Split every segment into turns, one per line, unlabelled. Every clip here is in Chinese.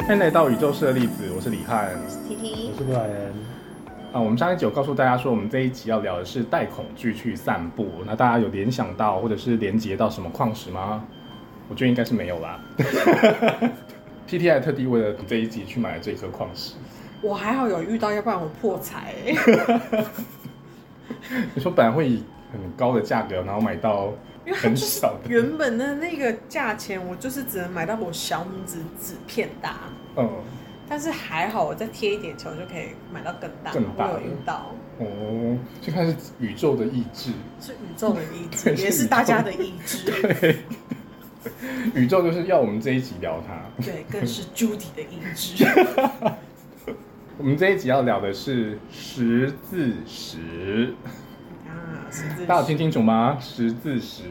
欢迎来到宇宙社粒子，我是李翰。
T E T，
我是布莱恩，
啊，我们上一集有告诉大家说，我们这一集要聊的是带恐惧去散步。那大家有联想到或者是连接到什么矿石吗？我觉得应该是没有啦。T T I 特地为了这一集去买了这颗矿石。
我还好有遇到，要不然我破财、欸
你说本来会以很高的价格，然后买到
因为它
很
就是
少的，
原本的那个价钱，我就是只能买到我小拇指指片大，
嗯，
但是还好我再贴一点钱，我就可以买到更大。
更大的
我有遇到，
哦，就看是宇宙的意志。
是宇宙的意志，
对是
也是大家的意志，
对，宇宙就是要我们这一集聊它。
对，更 是 Judy 的意志。
我们这一集要聊的是十字石，
啊，十字
大家有听清楚吗？十字石，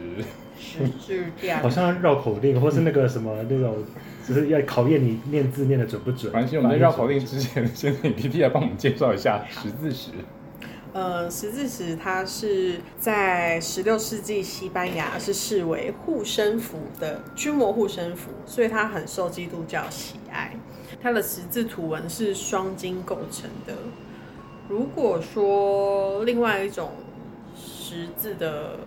十字架
好，像绕口令或是那个什么那种，就是要考验你念字念的准不准。
反正我们在绕口令之前，先请 T T 来帮我们介绍一下十字石。
呃，十字石它是在十六世纪西班牙是视为护身符的驱魔护身符，所以它很受基督教喜爱。它的十字图文是双金构成的。如果说另外一种十字的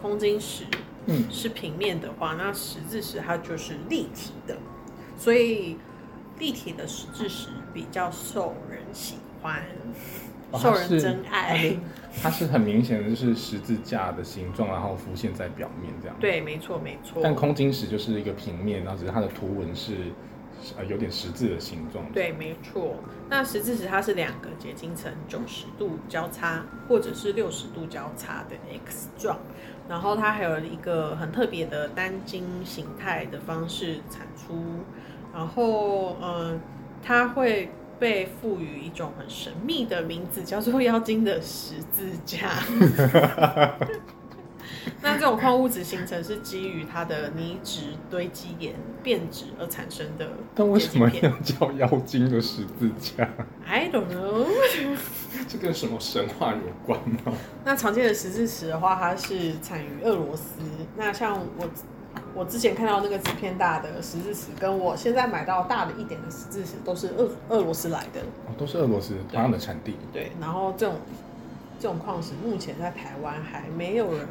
空金石
嗯，
是平面的话，那十字石它就是立体的，所以立体的十字石比较受人喜欢，
哦
受
它
人
是
真
它
爱
是。它是很明显的就是十字架的形状，然后浮现在表面这样。。
对，没错，没错。
但空晶石就是一个平面，然后只是它的图文是呃有点十字的形状。。
对，没错。那十字石它是两个结晶层九十度交叉，或者是六十度交叉的 X 状，然后它还有一个很特别的单晶形态的方式产出，然后嗯，它会被赋予一种很神秘的名字，叫做妖精的十字架。 那这种矿物质形成是基于它的泥质堆积岩变质而产生的结晶片。
但为什么要叫妖精的十字架？
I don't know。
这跟什么神话有关吗？
那常见的十字石的话，它是产于俄罗斯。那像我，我之前看到那个纸片大的十字石，跟我现在买到大的一点的十字石，都是俄俄罗斯来的。
哦，都是俄罗斯同样的产地。
对，然后这种这种矿石，目前在台湾还没有人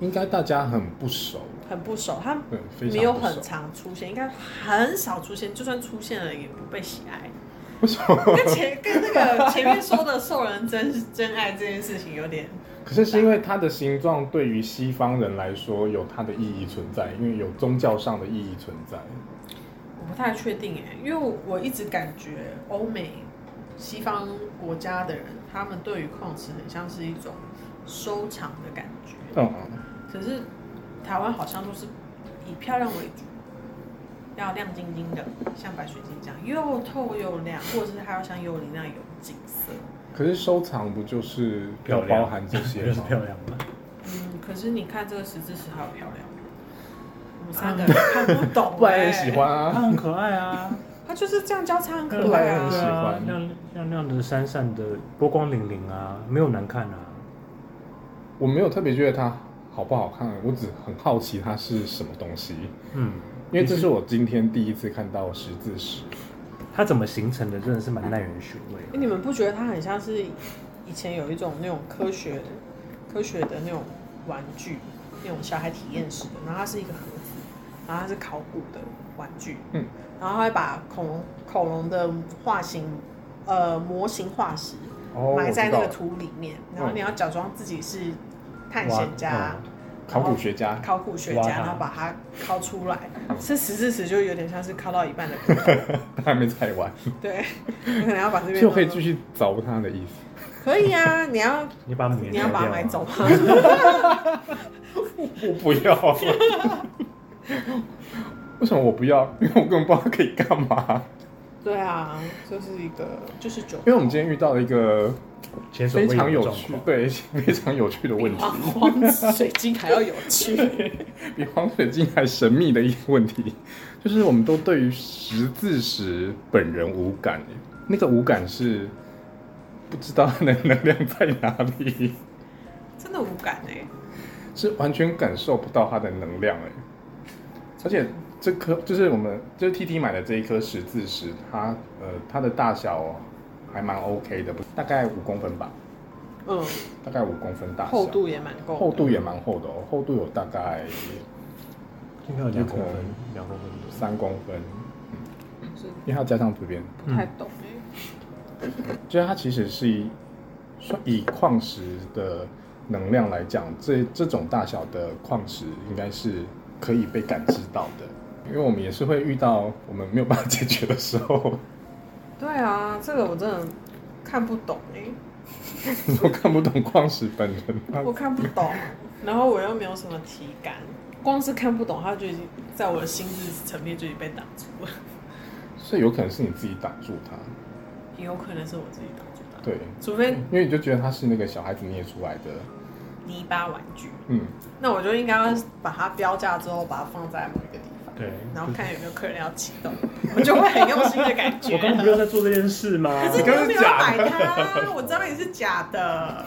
应该大家很不熟，
很不熟，它
对，非常不熟
没有很常出现，应该很少出现，就算出现了也不被喜爱。
为什么？
跟前跟那个前面说的受人真真爱这件事情有点
可是是因为它的形状对于西方人来说有它的意义存在，因为有宗教上的意义存在。
我不太确定哎，因为我一直感觉欧美西方国家的人，他们对于矿石很像是一种收藏的感觉。
嗯，
可是台湾好像都是以漂亮为主，要亮晶晶的，像白水晶这样又透又亮，或者是它要像幽灵那样有景色。
可是收藏不就是要
漂亮
包含这些
就是
吗？
漂亮嘛。
嗯，可是你看这个十字石好漂亮，我们三个人看不懂、欸，
不然也喜欢，
它
啊。
很可爱啊，
它就是这样交叉很可
不然
爱
也很
啊
喜。欢
亮亮亮的、闪闪的、波光粼粼啊，没有难看啊。
我没有特别觉得它好不好看，我只很好奇它是什么东西，
嗯，
因为这是我今天第一次看到十字石。
它怎么形成的，真的是蛮耐人寻味
欸
的。
你们不觉得它很像是以前有一种那种科学科学的那种玩具，那种小孩体验式的，然后它是一个盒子，然后它是考古的玩具，
嗯，
然后它会把恐龙恐龙的化形呃模型化石
哦，
埋
我
在
知
那
道
个
了，
土里面，然后
嗯
你要假装自己是探险家、
嗯哦考古学 家。
考古学
挖
家，
它
然后把它敲出来，这十字石就有点像是敲到一半的感觉，
还没踩完，
对， 你可能要把这边
就可以
弄
继续凿它的意思。
可以啊，你要
你把母岩
你要把它买
买
走吗？
我不要， 为什么我不要？因为我根本不知道它可以干嘛。
对啊，就是一个就是酒，
因为我们今天遇到了一个
前所
非
未有
常
的
有
状
趣，
况
对，非常有趣的问题，
比啊黄水晶还要有趣。
比黄水晶还神秘的一个问题，就是我们都对于十字石本人无感，那个无感是不知道它的能量在哪里，
真的无感哎、
是完全感受不到它的能量哎，而且这颗就是我们就是 T T 买的这一颗十字石，它呃它的大小还蛮 OK 的，不大概五公分吧，
嗯，
大概五公分大小，
厚度也蛮够的，
厚度也蛮厚的哦，厚度有大概
应该有两公分
有可能，
两公分多。
三公分，嗯
是
因为它加上这边，
不太懂哎。
就是它其实是以算以矿石的能量来讲，这这种大小的矿石应该是可以被感知到的，因为我们也是会遇到我们没有办法解决的时候，
对啊，这个我真的看不懂哎，
都看不懂矿石本人。
我看不 懂，然后我又没有什么体感，光是看不懂，它就已经在我的心智层面就已经被挡住了，
所以有可能是你自己挡住它，
也 有可能是我自己挡住的，
对，
除非
因为你就觉得它是那个小孩子捏出来的，
泥巴玩具，
嗯，
那我就应该要把它标价之后，把它放在某一个地方，
对，
然后看有没有客人要启动，我就会很用心的感觉。
我刚刚不是在做这件事 吗？
可是你又没有 要买它，我知道你是假的。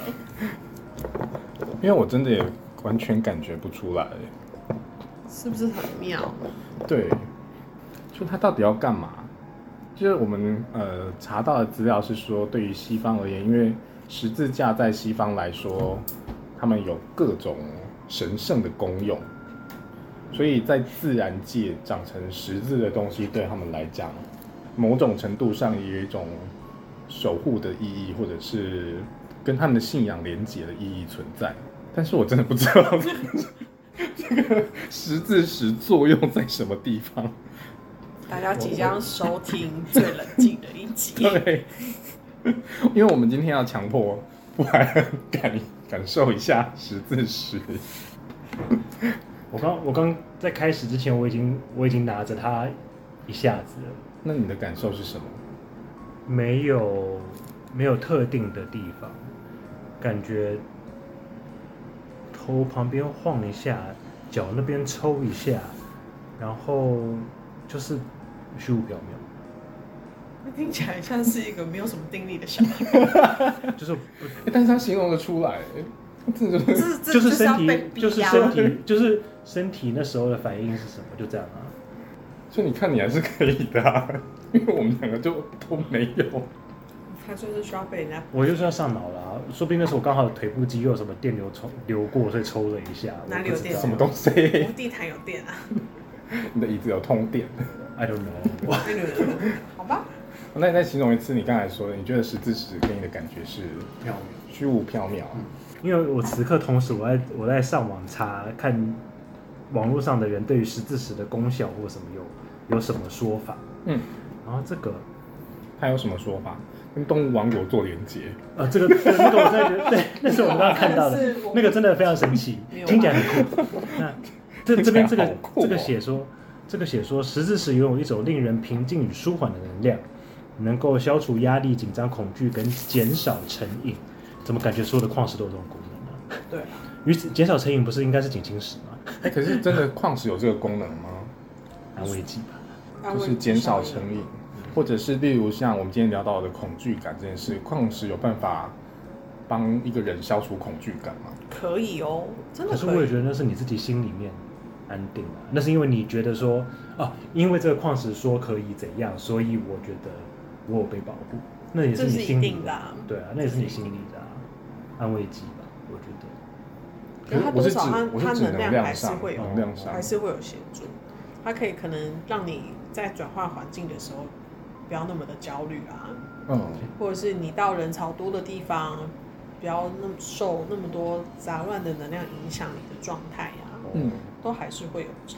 因为我真的也完全感觉不出来，
是不是很妙？
对，就它到底要干嘛？就是我们呃查到的资料是说，对于西方而言，因为十字架在西方来说，他们有各种神圣的功用，所以在自然界长成十字的东西，对他们来讲，某种程度上也有一种守护的意义，或者是跟他们的信仰连结的意义存在。但是我真的不知道 这个十字石作用在什么地方。
大家即将收听最冷静的一集。
对，因为我们今天要强迫不然感感受一下十字石。
我刚我刚在开始之前，我已经我已经拿着它一下子了，
那你的感受是什么？
没有没有特定的地方，感觉头旁边晃一下，脚那边抽一下，然后就是虚无缥缈，
听起来像是一个没有什么定力的小孩，
就是
诶但是他形容的出来，这就是
这是 这
就是
这
身
要被
体
逼
就是
啊
身体就是身体那时候的反应是什么，就这样啊。
就你看你还是可以的啊、因为我们两个就都没有。
他就是需要被人家
我就是要上脑了、啊，说不定那时候我刚好腿部肌肉什么电流抽流过，所以抽了一下。
哪里有电
什么
都
东西
无？地毯有电啊，
你的椅子有通电？
I don't know。
好吧？
那你再形容一次你刚才说的，你觉得十字石给你的感觉是
缥缈
虚无缥缈？
因为我此刻同时我在我在上网查看网络上的人对于十字石的功效或什么有有什么说法，
嗯，
然后这个
它有什么说法？跟动物王国做连接？
呃这个这个那个我真的觉得 对，那是我们刚刚看到的
但是我，
那个真的非常神奇
没，有
听起来很酷。那这这边这
听起
个、
来好酷哦
这个写说，这个写说十字石拥有一种令人平静与舒缓的能量，能够消除压力、紧张、恐惧跟减少成瘾。怎么感觉所有的矿石都有这种功能呢、
对，
与此减少成瘾不是应该是减轻石吗？
哎，可是真的矿石有这个功能吗？
安慰剂吧。
就是减少成瘾，
嗯
或者是例如像我们今天聊到的恐惧感这件事，矿石有办法帮一个人消除恐惧感吗？
可以哦，真的
可是我
可
也
以。
觉得那是你自己心里面安定啊，那是因为你觉得说啊，因为这个矿石说可以怎样，所以我觉得我有被保护，那也
这
你
是一
心里
定的啊
对啊，那也是你心里的、啊、安慰剂吧，我觉得。
可是它
我
多
是指
少它
我
它
是指
能
能
量还
量
是
上，
会有，
能量上
还是会有协助。它可以可能让你在转换环境的时候不要那么的焦虑啊，
嗯，
或者是你到人潮多的地方，不要那么受那么多杂乱的能量影响你的状态啊，
嗯
都还是会有差。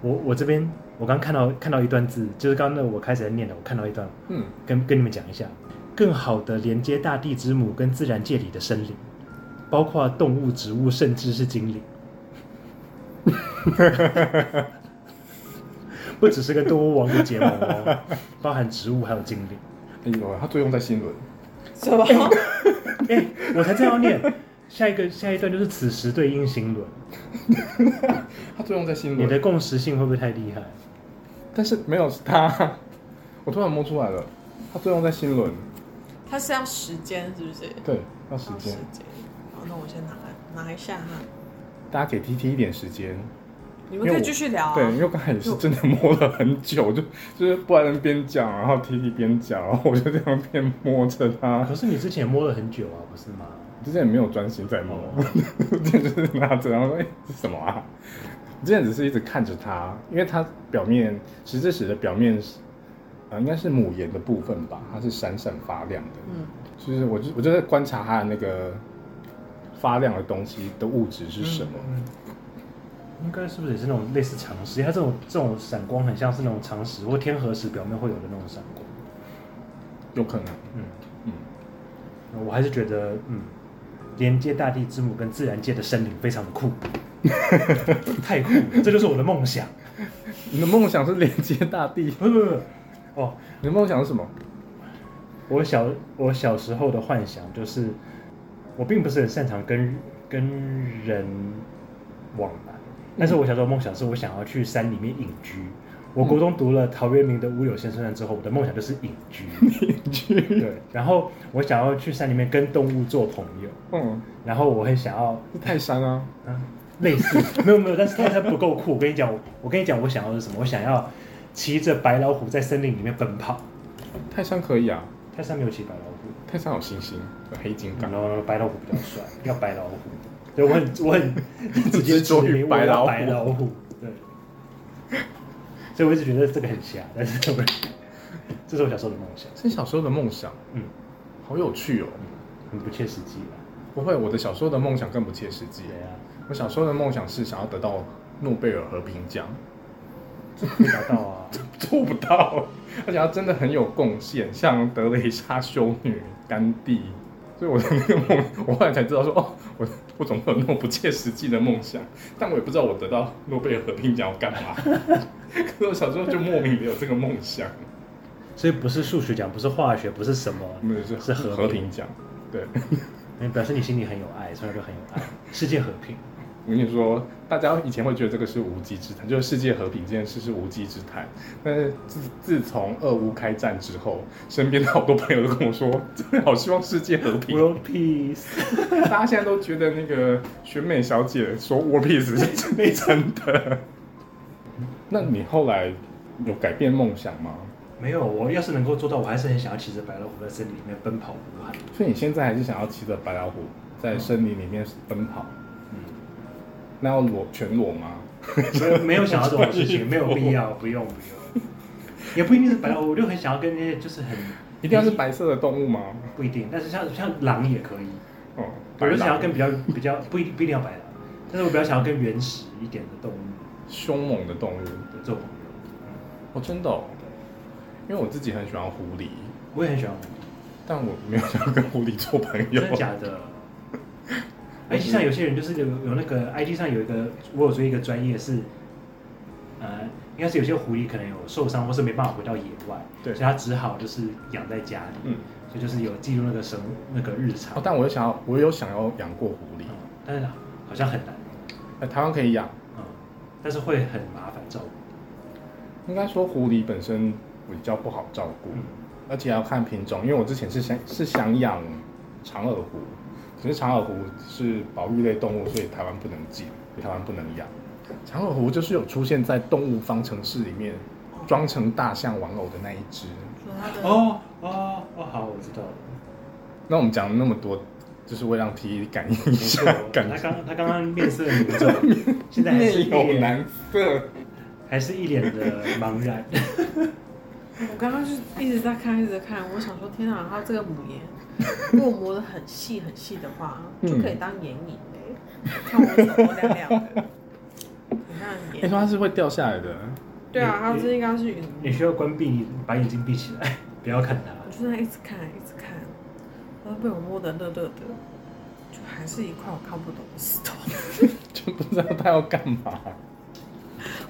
我我这边我刚看到看到一段字，就是刚刚那我开始在念的，我看到一段，
嗯，
跟跟你们讲一下，更好的连接大地之母跟自然界里的生灵，包括动物、植物，甚至是精灵。 不只是跟动物王国结盟哦， 包含植物还有精灵。
哎呦，它作用在心轮，
什么？
哎、我才正要念下一个下一段，就是此时对应心轮，
它作用在心
你的
轮，
共识性会不会太厉害？
但是没有它，我突然摸出来了，它作用在心轮，
它是要时间是不是？
对，要时
要哦时
间，
间。好，那我先拿来拿一下哈。
大家给 T T 一点时间，
你
因
们
为
可
我
以继续聊啊。
对，因为我刚才也是真的摸了很久，就就是不然边讲，然后 T T 边讲，然后我就这样边摸着它。
啊可是你之前摸了很久啊，不是吗？
之前也没有专心在摸， 就是拿着然后说：“哎、是什么啊？”之前只是一直看着它，因为它表面实质史的表面是，呃，应该是母岩的部分吧，它是闪闪发亮的。
嗯，
就是我就我就在观察它的那个发亮的东西的物质是什么。
嗯应该是不是也是那种类似常识？因为它这种这种闪光很像是那种常识或天河石表面会有的那种闪光。
有可能，
嗯，
嗯，
我还是觉得，嗯，连接大地之母跟自然界的森林非常的酷， 太酷了，这就是我的梦想。
你的梦想是连接大地，
不是不是不是，哦，
你的梦想是什么？
我小我小时候的幻想就是，我并不是很擅长跟跟人往来，但是我小时候梦想是我想要去山里面隐居。我国中读了陶渊明的《乌有先生传》之后，我的梦想就是隐居。对，然后我想要去山里面跟动物做朋友，
嗯，
然后我会想要
是泰山啊，
啊，类似，没有没有，但是它它不够酷。我跟你讲，我我跟你讲，我想要的是什么？我想要骑着白老虎在森林里面奔跑。
泰山可以啊，
泰山没有骑白老
泰山有星星，有黑金刚
虎，然，后白老虎比较帅，要白 老虎。对，我很我很直接
执着
指
于
明我
白
要
老
白
虎
老虎。对，所以我一直觉得这个很瞎，但是我 这是我小时候的梦想，
是小时候的梦想，
嗯，
好有趣哦。
很不切实际啊。
不会，我的小时候的梦想更不切实际
对。啊，
我小时候的梦想是想要得到诺贝尔和平奖，
没达到啊。
做不到，而且他真的很有贡献，像德雷莎修女、甘地。所以我的那个梦，我后来才知道说，哦，我我总会有那种不切实际的梦想，但我也不知道我得到诺贝尔和平奖要干嘛。 可是我小时候就莫名的有这个梦想，
所以不是数学奖，不是化学，不是什么，
那是
是和
和
平
平奖。对，
嗯表示你心里很有爱，从小就很有爱，世界和 平。
我跟你说，大家以前会觉得这个是无稽之谈，就是世界和平这件事是无稽之谈。但是自自从俄乌开战之后，身边的好多朋友都跟我说，真的好希望世界和平。
World Peace，
大家现在都觉得那个选美小姐说 war piece 是真的。那你后来有改变梦想吗？
没有，我要是能够做到，我还是很想要骑着白老虎在森林里面奔跑呼喊。
所以你现在还是想要骑着白老虎在森林里面奔跑？
嗯，
那要裸全裸吗？
没有没有想要这种 事情，没有必要，不用不用，也不一定是白老虎，我就很想要跟那些就是很
一定要是白色的动物吗？
不一定，但是像像狼也可以，
哦，
我就
白
想
狼
要跟比较比较不一不一定要白狼，但是我比较想要跟原始一点的动物
凶猛的动物。
的做朋友。
哦，真的、哦，因为我自己很喜欢狐狸，
我也很喜欢狐狸。
但我没有想要跟狐狸做朋 友
真。的假的？IG 上有些人就是有有那个 IG 上有一个，我有追一个专业是，呃，应该是有些狐狸可能有受伤或是没办法回到野外，
对
所以它只好就是养在家里，
嗯，
所以就是有记录那个生那个日常，
哦，但我有想要，我有想要养过狐狸
嗯，但是好像很难，
呃，台湾可以养。
嗯，但是会很麻烦照顾，
应该说狐狸本身比较不好照顾，
嗯
而且要看品种。因为我之前是想是想养长耳狐，只是长耳狐是保育类动物，所以台湾不能进，台湾不能养。长耳狐就是有出现在动物方程式里面，装成大象玩偶的那一只。
说他的
哦哦哦，好，我知道了，
那我们讲了那么多，就是为了让 T E 感应一
没
下
错，
感
他刚他刚刚面色凝重， 现在还是
面
一
有
脸
难色。
还是一脸的茫然，
我刚刚就一直在看，一直在看，我想说，天哪，它这个母岩，如果磨得很细很细的话，
嗯
就可以当眼影嘞、看我手多亮亮的，你看
你、
眼。
说它是会掉下来的，
对啊，它这应该是云母，
你需要关闭，把眼睛闭起来， 不要看它
我。就在一直看，一直看，然后被我摸得热热的，就还是一块我看不懂的石头。
就不知道它要干嘛。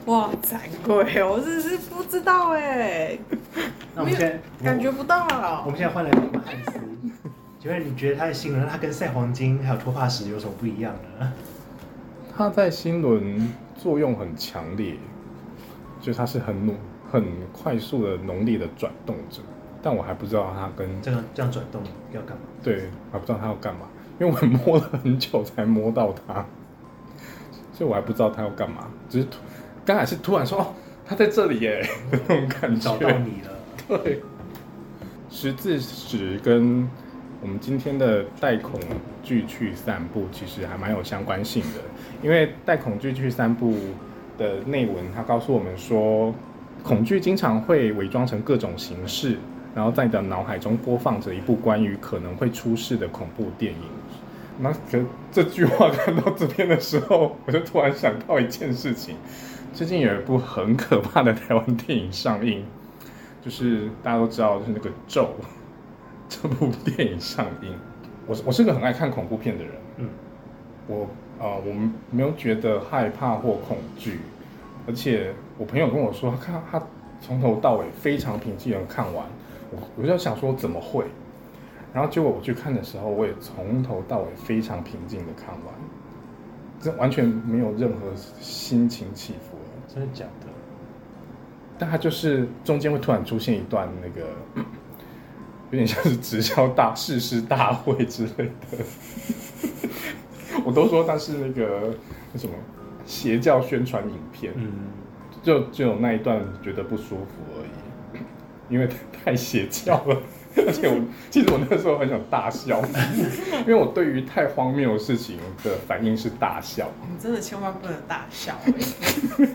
哇，惭愧，哦我真是不知道哎、
那我们现在
感觉，不到
我我们现在换来一个汉斯。请问你觉得它的性能，它跟赛黄金还有脱发石有什么不一样呢？
它在心轮作用很强烈，就它是很努很快速的浓烈的转动着，但我还不知道它跟
这样这样转动要干嘛？
对，还不知道它要干嘛，因为我摸了很久才摸到它，所以我还不知道他要干嘛，只是突刚才是突然说哦，他在这里耶那种感觉。
找到你了。
对，十字指跟我们今天的带恐惧去散步其实还蛮有相关性的，因为带恐惧去散步的内文，它告诉我们说，恐惧经常会伪装成各种形式，然后在你的脑海中播放着一部关于可能会出事的恐怖电影。那可这句话看到这边的时候，我就突然想到一件事情，最近有一部很可怕的台湾电影上映，就是大家都知道，就是那个《咒》 这部电影上映。我是我是个很爱看恐怖片的人，
嗯，
我呃我没有觉得害怕或恐惧，而且我朋友跟我说，他看他从头到尾非常平静的看完，我我就想说怎么会？然后结果我去看的时候，我也从头到尾非常平静的看完，这完全没有任何心情起伏了。
真的假的？
但它就是中间会突然出现一段那个，有点像是直销大誓师大会之类的。 我都说它是那个那什么邪教宣传影片，
嗯，
就只有那一段觉得不舒服而已，因为太邪教了。而且我其实我那时候很想大笑， 因为我对于太荒谬的事情的反应是大笑。
你真的千万不能大笑、欸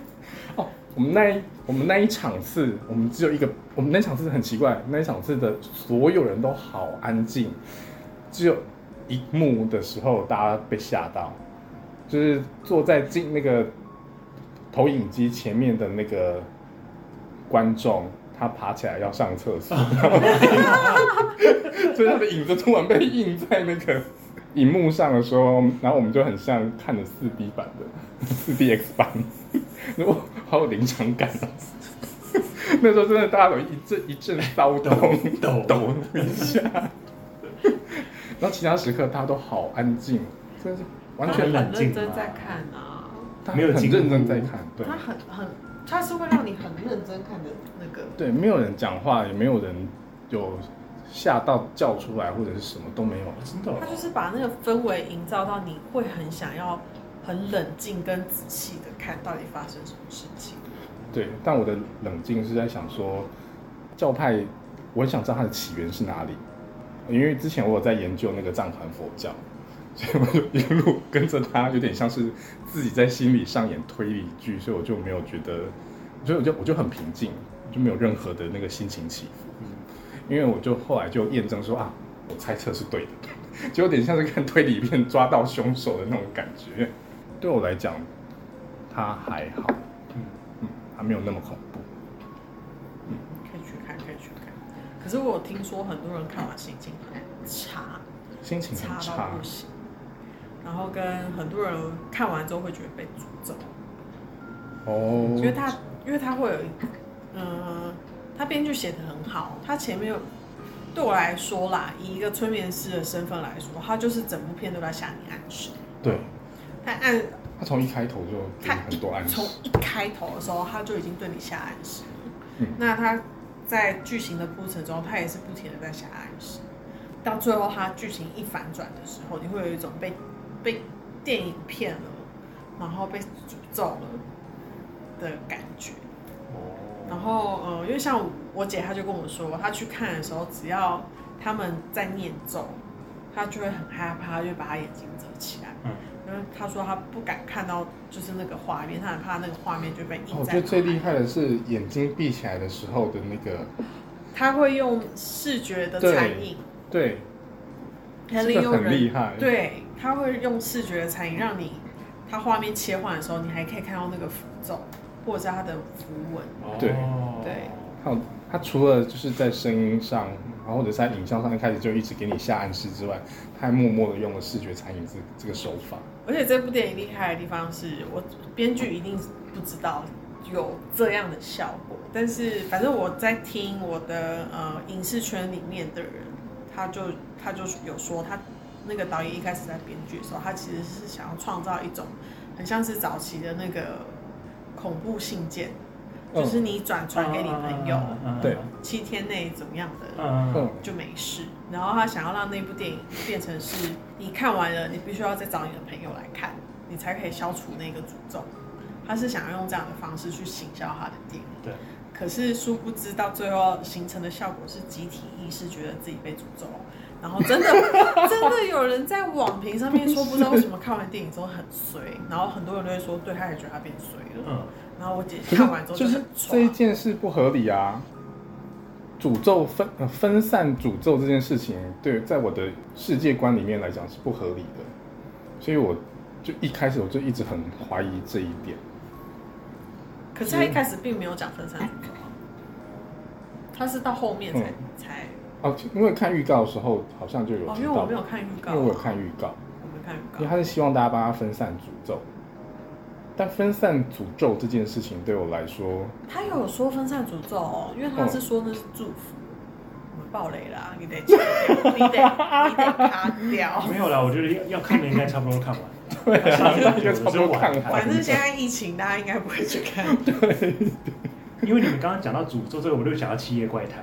哦，我们那一我们那一场次，我们只有一个，我们那场次很奇怪，那一场次的所有人都好安静，只有一幕的时候大家被吓到，就是坐在镜那个投影机前面的那个观众。他爬起来要上厕所， 然后所以他的影子突然被印在那个荧幕上的时候，然后我们就很像看了四 D 版的四 DX 版， 如果好有临场感啊！ 那时候真的大家有一阵一阵骚动，
抖
抖一下。然后其他时刻大家都好安静，真的是完
他
全
很
很冷静
认真
嘛
在看啊，
大家
没有
很
进
认真
入
在看，对
他很很，他是会让你很认真看的那个。
对，没有人讲话，也没有人有吓到叫出来或者是什么都没有，
真的哦
他就是把那个氛围营造到你会很想要很冷静跟仔细的看到底发生什么事情。
对，但我的冷静是在想说，教派，我很想知道它的起源是哪里，因为之前我有在研究那个藏传佛教，所以我就一路跟着他，有点像是自己在心里上演推理剧，所以我就没有觉得，所以我就我就很平静，就没有任何的那个心情起伏，因为我就后来就验证说啊，我猜测是对的，就有点像是看推理片抓到凶手的那种感觉。对我来讲，它还好，
嗯
嗯，还没有那么恐怖。
可以去看，可以去看。可是我有听说很多人看完心情很差，
心情嗯很
差到
差
不，行。然后跟很多人看完之后会觉得被诅咒，
哦，
因为他因为他会有一，嗯，他编剧写的很好，他前面有对我来说啦，以一个催眠师的身份来说，他就是整部片都在向你暗示，
对
他暗
他从一开头就给
他
你很多暗示哦
从，一开头的时候，他就已经对你下暗示了。
嗯
那他在剧情的铺陈中，他也是不停的在下暗示。到最后，他剧情一反转的时候，你会有一种被被电影骗了，然后被诅咒了的感觉。然后，呃，因为像我姐，她就跟我说，她去看的时候，只要他们在念咒，她就会很害怕，她就会把她眼睛遮起来。
嗯
因为她说她不敢看到就是那个画面，她很怕那个画面就被
哦
印
我
在。
觉得最厉。害的是眼睛闭起来的时候的那个，
她会用视觉的残影，
对，这
很利
个
用
很
人。
厉害，，
对，她会用视觉的残影让你，她画面切换的时候，你还可以看到那个符咒或者是她的符文。
对
哦
对
还有他除了就是在声音上，然后或者是在影像上一开始就一直给你下暗示之外，他还默默的用了视觉残影这这个手法，
而且这部电影厉害的地方是我编剧一定不知道有这样的效果，但是反正我在听我的呃影视圈里面的人，他就他就有说他那个导演一开始在编剧的时候，他其实是想要创造一种很像是早期的那个恐怖信件，
嗯
就是你转传给你朋友，
对，
七天内怎么样的，
嗯
嗯
嗯，
就没事。然后他想要让那部电影变成是你看完了，你必须要再找你的朋友来看，你才可以消除那个诅咒。他是想要用这样的方式去行销他的店，
对，
可是殊不知到最后形成的效果是集体意识觉得自己被诅咒，然 后真的真的有人在网评上面说，不知道为什么看完电影之后很衰，然后很多人都会说，对，他也觉得他变衰了。
嗯，
然后我姐
可
看完之后
是就是
很抓
这一件事不合理啊。诅咒分呃分散诅咒这件事情，对，在我的世界观里面来讲是不合理的，所以我就一开始我就一直很怀疑这一点。
可是他一开始并没有讲分散诅
哎
咒啊，他是到后面才、才
哦，因为看预告的时候好像嗯就有
哦，因
提
为
到，
我没有看预告啊，
因为我有看预告，
我没看
因为
预告，
他是希望大家帮他分散诅咒，但分散诅咒这件事情对我来说，
他有说分散诅咒哦，因为他
嗯
是说那是祝福，我们爆雷啦，你得你得你得卡 掉。
哦没有啦，我觉得要要看的应该差不多看完，
对啊，
是
大家差不多看
我是
完
玩
反正现在疫情，大家应该不会去 看。
因为你们刚刚讲到诅咒这个，我就想到《七夜怪谈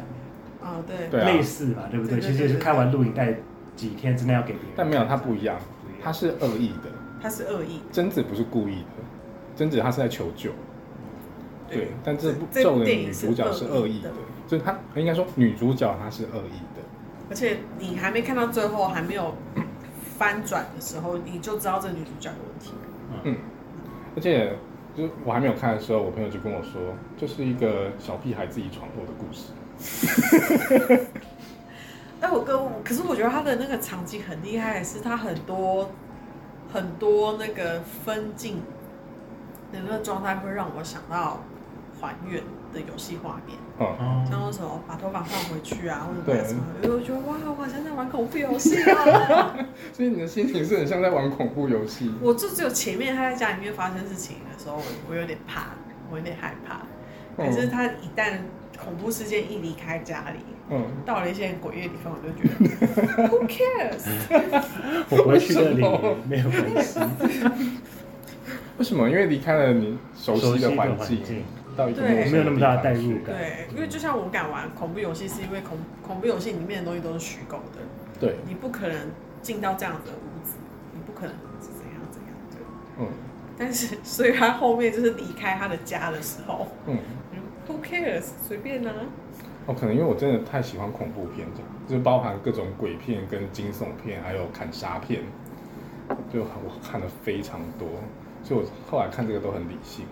啊，对，》
对啊
类似嘛，对不对？
对对对
其实也是看完录影带几天之内要给别人看，
但没有，它不一样
不一，样
它是恶意的。
他是恶意。
贞子不是故意的，贞子她是在求救，对，但这部
这
咒
部
的
电影
女主角是恶意的
是恶意，
所以她应该说女主角她是恶意的，
而且你还没看到最后，还没有翻转的时候，你就知道这女主角有问题。
嗯，而且就是我还没有看的时候，我朋友就跟我说，就是一个小屁孩自己闯祸的故事，
但我跟我，可是我觉得他的那个场景很厉害，是他很多很多那个分镜的那个状态，会让我想到还原的游戏画面，
嗯，
像
哦，
那什么把头发换回去啊，或
对
者什么，因为我觉得哇，我好像在玩恐怖游戏哦。
所以你的心情是很像在玩恐怖游戏，
我就只有前面他在家里面发生事情的时候，我我有点怕，我有点害怕。可是
嗯
他一旦恐怖事件一离开家里，
嗯，
到了一些诡异的地方，我就觉 得 Who cares？
我不会去 那
为
里
什么，
没有关系。
为什么？因为离开了你熟悉的环
熟悉的环境
境，到一个
对
陌生
没有那么大的代入
地方去
感
对，因为就像我敢玩恐怖游戏，是因为恐恐怖游戏里面的东西都是虚构的，
对，
你不可能进到这样子的屋子，你不可能是怎样怎样对。
嗯
但是，所以他后面就是离开他的家的时候
嗯。
我就，Who cares？随便啊啦、
哦，可能因为我真的太喜欢恐怖片这样，就是包含各种鬼片、跟惊悚片，还有砍杀片，就我看了非常多，所以我后来看这个都很理性，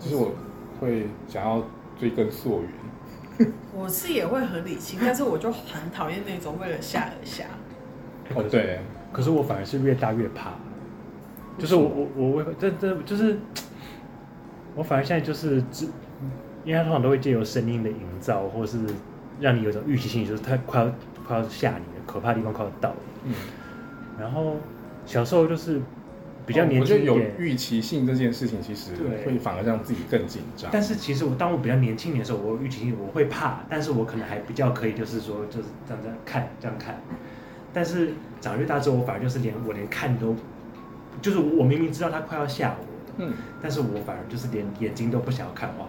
就是我会想要追根溯源。
哎
我是也会很理性， 但是我就很讨厌那种为了吓而吓。
哦，对，
可是我反而是越大越怕，就是我我我我这这就是我反而现在就是只，因为他通常都会借由声音的营造，或是让你有一种预期心理，就是他快要快要吓你了，可怕的地方快要到了。
嗯，
然后小时候就是比较年
哦我觉得
轻一
有
点，
预期性这件事情，其实
对
会反而让自己更紧张。
啊但是其实我当我比较年轻一点的时候，我有预期我会怕，但是我可能还比较可以，就是说就是这样这样看这样看。但是长越大之后，我反而就是连我连看都，就是我明明知道他快要吓我了，
嗯，
但是我反而就是连眼睛都不想要看画面，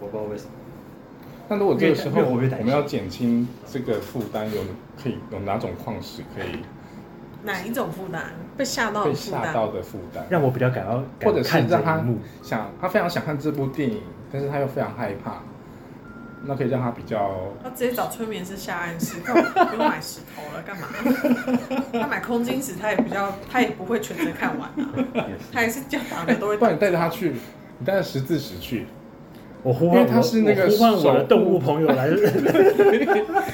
我不知道 为什么。
那如果这个时候
越越
我
活越担心
们要减轻这个负担，有可以有哪种矿石可以
哪一种负担？被吓到
被
的哦负
吓
担。
到的负担？
让我比较感到
或者是
敢看
让
这
他
一幕，
想，他非常想看这部电影，但是他又非常害怕，那可以让他比较
他直接找催眠师下暗示，干嘛不用买石头了， 干嘛？他买空晶石，他也比较，他也不会全程看完啊，
也是
他也是叫打的都会
哎不然你带着他去，你带着十字石去，
我呼
因
唤
为他
我
是那个
我呼唤我
守
的
护
动物朋友来，
啊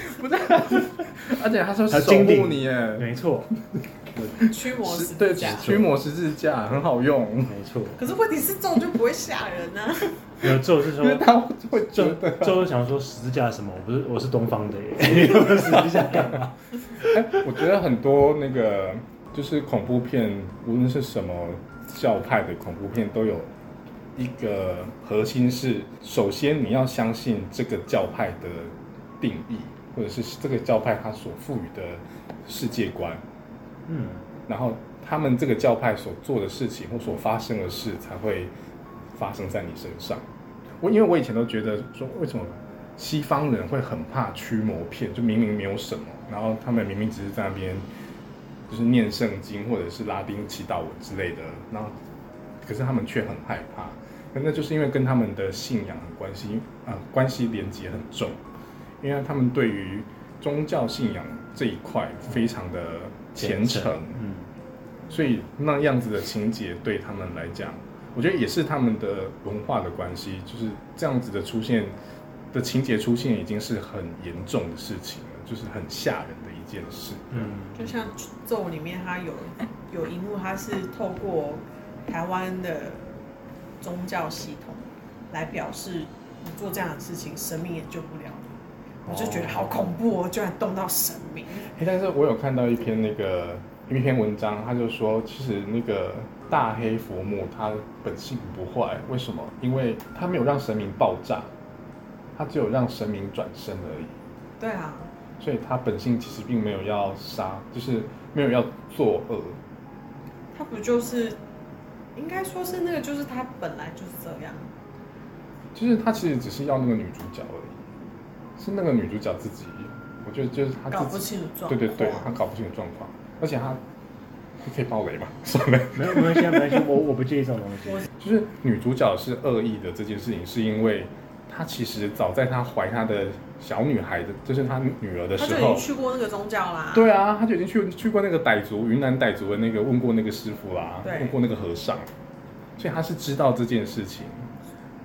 而且他说
还有
守
精灵
护你耶，
没错
驱魔
十
石
对
架。
驱魔十字架很好用，
没错，
可是问题是咒就不会吓人啊，
有咒是
因为
说
他会觉
就
得，
就是想说十字架是什么？我不是我是东方的耶， 我十字架干嘛？
哎，我觉得很多那个就是恐怖片，无论是什么教派的恐怖片，都有一个核心是，首先你要相信这个教派的定义，或者是这个教派它所赋予的世界观，
嗯，
然后他们这个教派所做的事情或所发生的事才会发生在你身上。我因为我以前都觉得说，为什么西方人会很怕驱魔片？就明明没有什么，然后他们明明只是在那边就是念圣经或者是拉丁祈祷文之类的，那可是他们却很害怕，可那就是因为跟他们的信仰很关系，呃，关系连结很重，因为他们对于宗教信仰这一块非常的虔诚，
嗯，
所以那样子的情节对他们来讲，我觉得也是他们的文化的关系，就是这样子的出现的情节出现已经是很严重的事情了，就是很吓人的一件事。
嗯，
就像咒里面，它有
哎
有一幕，它是透过台湾的宗教系统来表示，你做这样的事情，神明也救不了你。我就觉得好恐怖哦，居然动到神明。
诶但是我有看到一篇那个一篇文章，他就说，其实那个大黑佛母他本性不坏，为什么？因为他没有让神明爆炸，他只有让神明转身而已，
对啊，
所以他本性其实并没有要杀，就是没有要作恶。
他不就是应该说是那个，就是他本来就是这样。
就是他其实只是要那个女主角而已，是那个女主角自己，我觉得就是他
搞不
自己，
清楚状
对
况。
对对，他搞不清楚状况，而且他可以爆雷嘛，算了。
没有没关系啊，没关系，我我不介意这种东
我
西。
就是女主角是恶意的这件事情，是因为她其实早在她怀她的小女孩的，就是她女儿的
他
时
就已
候
经，去过那个宗教啦。
对啊，她就已经去去过那个傣族云南傣族的那个问过那个师傅啦，
对
问过那个和尚，所以她是知道这件事情，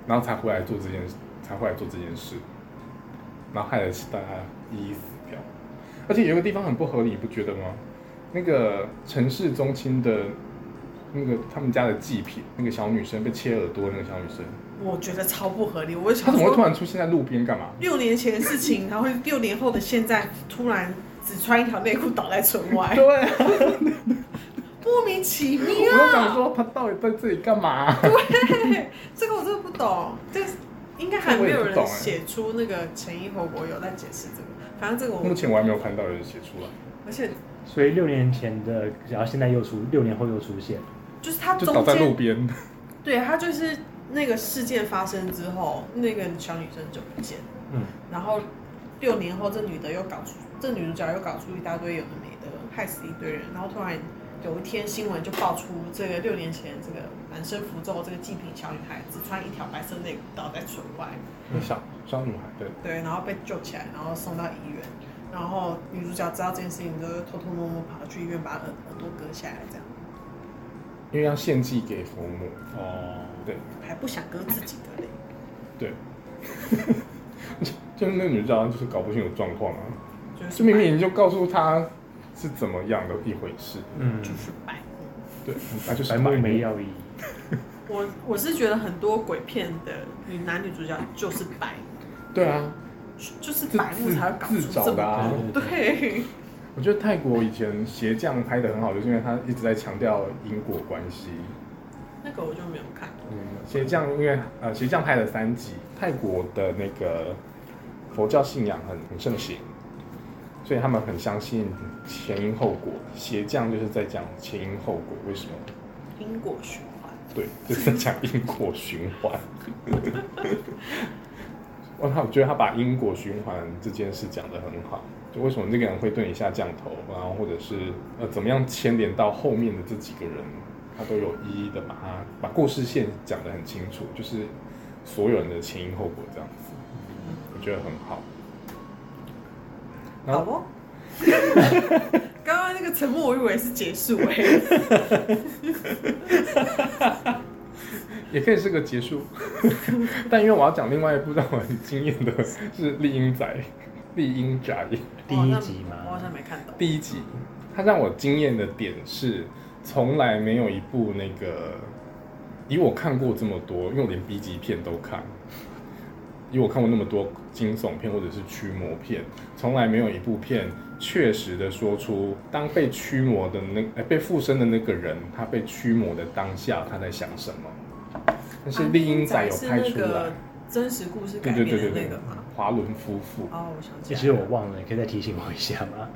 然后才回来做这件才回来做这件事，然后害得大家一一死掉。而且有一个地方很不合理，你不觉得吗？那个陈氏宗亲的。那个他们家的祭品，那个小女生被切耳朵，那个小女生，
我觉得超不合理。我就
他
想
怎么会突
说，
然出现在路边干嘛？
六年前的事情，然后六年后的现在，突然只穿一条内裤倒在村外，
对啊，
莫名其妙。
我就想说他到底在这里干嘛、
对，这个我真的不懂，这个应该还没有人写出那个前因后果，有在解释这个。反正这个
目
我，
前我还没有看到有人写出来，
而且
所以六年前的，然后现在又出，六年后又出现，
就是他
就倒
中
在路
间，
边。
对他就是那个事件发生之后，那个小女生就不见了，
嗯，
然后六年后这女的又搞出，这女主角又搞出一大堆有的没的，害死一堆人，然后突然。有一天新闻就爆出这个六年前这个满身符咒这个祭品小女孩只穿一条白色内裤倒在村外，
那小小女孩，对，
对，然后被救起来，然后送到医院，然后女主角知道这件事情，就偷偷摸摸跑去医院把耳耳朵割下来，这样
因为要献祭给佛母，
哦，
对
还不想割自己的嘞。
对， 就是那个女主角就是搞不清楚状况啊，
就是
就明明你就告诉她是怎么样的一回事，
嗯，
就是白目。
对，那就是
白木梅
啊，
耀一，
我我是觉得很多鬼片的女男女主角就是白目，
对啊，
就是白目
自
才会搞出
自找
这
的啊
对
么多。对，
我觉得泰国以前鞋匠拍的很好，就是因为他一直在强调因果关系，
那个我就没有看。
鞋匠因为呃鞋匠拍了三集，泰国的那个佛教信仰很很盛行，所以他们很相信前因后果。鞋匠就是在讲前因后果，为什么？
因果循环，
对，就是在讲因果循环。 我他我觉得他把因果循环这件事讲得很好，就为什么这个人会对你下降头，然后或者是呃怎么样牵连到后面的这几个人，他都有一一的把它把故事线讲得很清楚，就是所有人的前因后果这样子，我觉得很好。然
好
后
哦。刚刚那个沉默，我以为是结束哎、
也可以是个结束，但因为我要讲另外一部让我很惊艳的是《丽英仔》，《丽英宅》
第一集嘛
哦那我好像没看懂。
第一集，它让我惊艳的点是，从来没有一部那个以我看过这么多，因为我连 B 级片都看，以我看过那么多惊悚片或者是驱魔片，从来没有一部片确实的说出，当被驱魔的那、呃被附身的那个人，他被驱魔的当下他在想什么。但是丽英仔有拍出来，
啊真实故事
对
改
对
编
对对
的
对
那个嘛。，
华伦夫妇
哦，我想
其
起来
实我
了，
忘了，你可以再提醒我一下吗？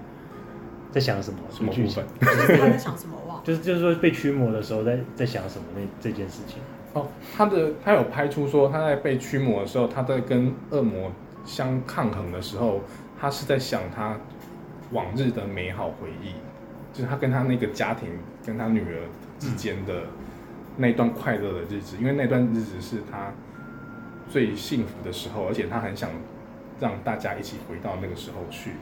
在想什么？
什么
剧
部
情
分？？
就是他在想什么我忘了。
就是就是说被驱魔的时候在在想什么那这件事情。
哦，他的他有拍出说他在被驱魔的时候，他在跟恶魔相抗衡的时候，他是在想他往日的美好回忆，就是他跟他那个家庭跟他女儿之间的那一段快乐的日子，因为那段日子是他最幸福的时候，而且他很想让大家一起回到那个时候去，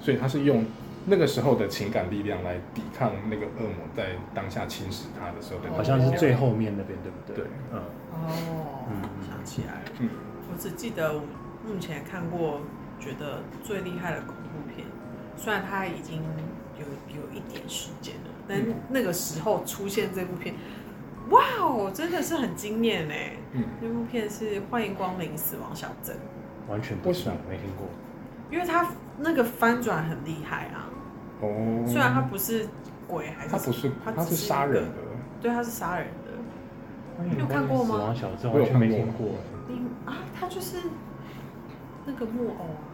所以他是用那个时候的情感力量来抵抗那个恶魔在当下侵蚀他的时候的那个
好像是
力量
最后面那边，对不
哦对
对？嗯，
哦，
嗯
想起来了，
嗯
我只记得我目前看过觉得最厉害的恐怖片，虽然它已经有有一点时间了，但
嗯
那个时候出现这部片，哇哦，真的是很惊艳哎！
嗯，
那部片是《欢迎光临死亡小镇
完全不
为
知
什
道
么，
没听过。》，
因为它那个翻转很厉害啊，
哦，
虽然它不是鬼还是
他不是
它
他
只
是
是
杀人的，
对，它是杀人的，
你
有看过吗
死亡小镇
我有
完全没
看过
听过。
你啊，它就是那个木偶啊，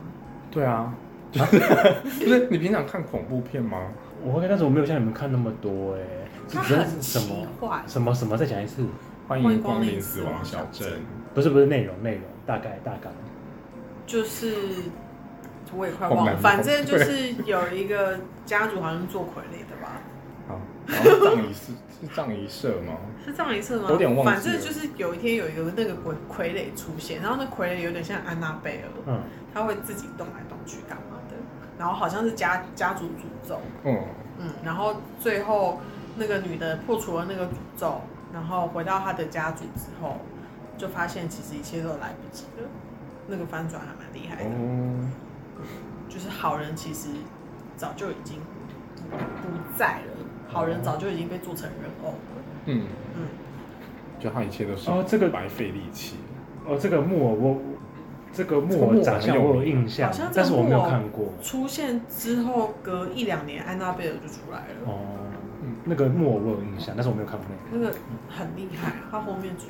对 啊，不是你平常看恐怖片吗？
我会看，但是我没有像你们看那么多哎。
它
是
很
什
奇
么
怪。
什么什么？再讲一次，
欢迎
欢迎光
光
临
临
死
死
亡
亡
小
小
镇
镇。
不是不是内容内容，大概大概。
就是我也快
好
忘了，
难哦
反正就是有一个家族好像做傀儡的吧，
好，然后葬仪社是葬仪社吗？
是这样一次吗？
有点忘记了
反正就是有一天有一个那个傀傀儡出现，然后那傀儡有点像安娜贝尔，
嗯，
他会自己动来动去干嘛的，然后好像是家家族诅咒，
嗯，
嗯，然后最后那个女的破除了那个诅咒，然后回到她的家族之后，就发现其实一切都来不及了，那个翻转还蛮厉害的。
哦，
就是好人其实早就已经不不在了，好人早就已经被做成人偶了。
嗯，
嗯，
就他一切都是
哦这个
白费力气。
哦，这个木偶我我这个
这个
木
木
偶
偶
长相
很有
我有
名
印象
好像，这个
但是我没有
木偶
看过。
出现之后隔一两年，安娜贝尔就出来了，
哦
嗯，
那个木偶我有印象，但是我没有看过那
那个很厉害。他后面就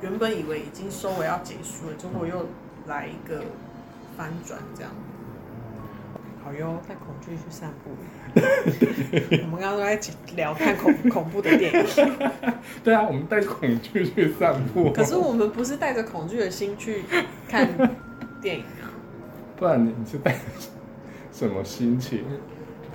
原本以为已经收尾要结束了，结果又来一个翻转，这样。好哟，带恐惧去散 步。我们刚刚都在聊看恐恐怖的电影。
对啊，我们带恐惧去散步。
可是我们不是带着恐惧的心去看电影啊。
不然你是带什么心情？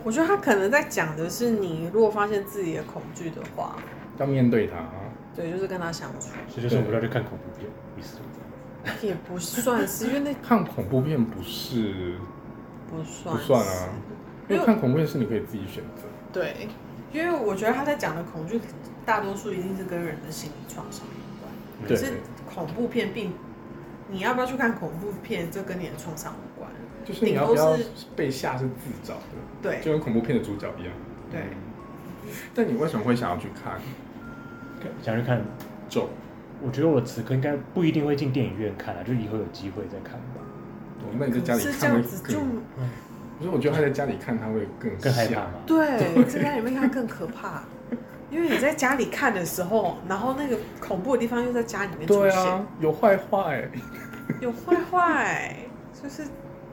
我觉得他可能在讲的是，你如果发现自己的恐惧的话，
要面对啊它。
对，就是跟他相处，
个，所以就是我们要去看恐怖片，意思就是这样。
也不算是，因为那
看恐怖片不是
不算
不
是
算啊，因为看恐怖片是你可以自己选择。
对，因为我觉得他在讲的恐惧，大多数一定是跟人的心理创伤有关。可
对
是恐怖片并，你要不要去看恐怖片，这跟你的创伤无关。
就是你要不
顶多
要
是哎
被吓是自找的，
对
就跟恐怖片的主角一样。
对，
但你为什么会想要去看
想去看，
咒？
我觉得我此刻应该不一定会进电影院看啊，就以后有机会再看吧。
那你在家
可
里
是这
看会
样子就
更可是我觉得他在家里看他会更
更害
吓
怕吗？
对，在家里面看更可怕，因为你在家里看的时候，然后那个恐怖的地方又在家里面出
对
现。
啊，有坏坏，
有坏坏，就是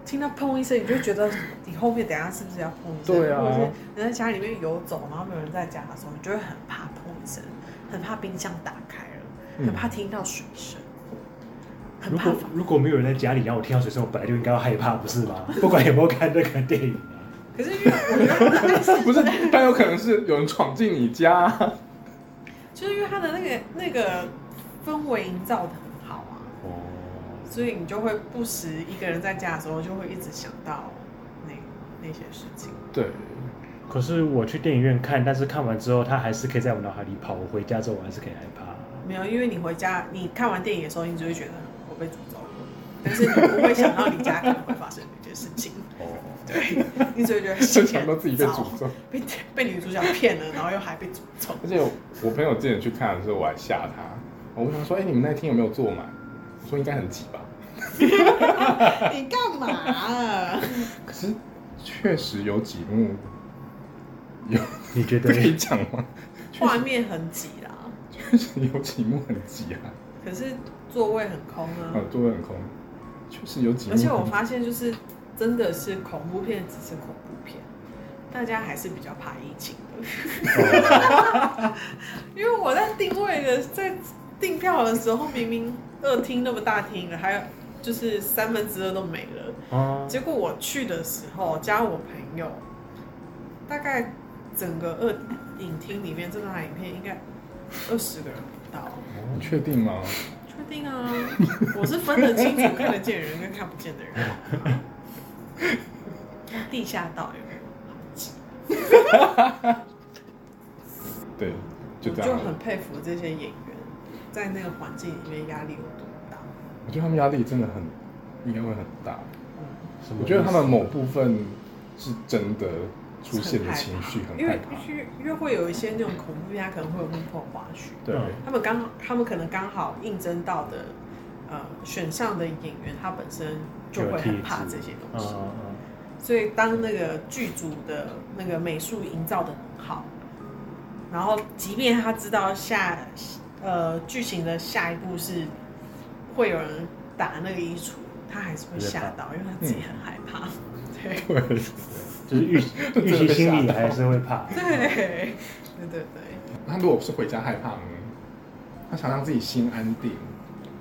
听到砰一声，你就觉得你后面等一下是不是要砰一声？
对啊
或者是人在家里面游走，然后没有人在家的时候，你就会很怕砰一声，很怕冰箱打开了，
嗯
很怕听到水声，很
如
怕
果
房。
如果没有人在家里，让我听到水声，我本来就应该要害怕，不是吗？不管有没有看这个电影，啊
可是因为我觉得那是
不是，但有可能是有人闯进你家，
就是因为它的那个那个氛围营造的很好啊，
哦，
所以你就会不时一个人在家的时候，就会一直想到那那些事情。
对，
可是我去电影院看，但是看完之后，它还是可以在我脑海里跑。我回家之后，我还是可以害怕。
没有，因为你回家，你看完电影的时候，你只会觉得我被诅咒了，但是你不会想到你家可能会发生这件事 情，
哦，
对，你只会觉得
就
心情
想到自己被诅咒。
被被女主角骗了，然后又还被诅 咒。
而且我朋友之前去看的时候，我还吓他，我问他说：“哎、你们那天有没有坐满？”我说应该很挤吧。
你干嘛、
可是确实有几幕有
你觉
这
得
可以讲吗？
画面很挤啦，
确实 有几幕很挤啊，
可是座位很空啊
啊，，座位很空，确实有几幕
而
很挤。
且我发现就是真的是恐怖片只是恐怖片，大家还是比较怕疫情的。
啊
因为我在定位的，在订票的时候，明明二厅那么大厅了，还有就是三分之二都没了。
哦，
结果我去的时候，加我朋友，大概整个二影厅里面这段影片应该二十个人不到。
你确定吗？
确 定啊，我是分得清楚看得见人跟看不见的人。 地下道有没有？
对，就
我
这
就
样。
很佩服这些演员，在那个环境里面压力有多大。
我觉得他们压力真的很，应该会很大。
什么意思？
我觉得他们某部分是真的出现的情绪很
因
害
为
怕。
因为因为会有一些那种恐怖片，它可能会有幕后花絮。
对，
嗯
他们刚好，他们可能刚好应征到的呃选项的演员，他本身就会很怕这些东
嗯
西。
嗯嗯
所以当那个剧组的那个美术营造的很好，然后即便他知道下呃剧情的下一步是会有人打那个衣橱，他还是会吓到，因为
嗯
他自己很害怕。 对
对，
就是预
真的
预期
被吓
心里
到
还是会怕。
对对对对，
他如果不是回家害怕呢？他想让自己心安定，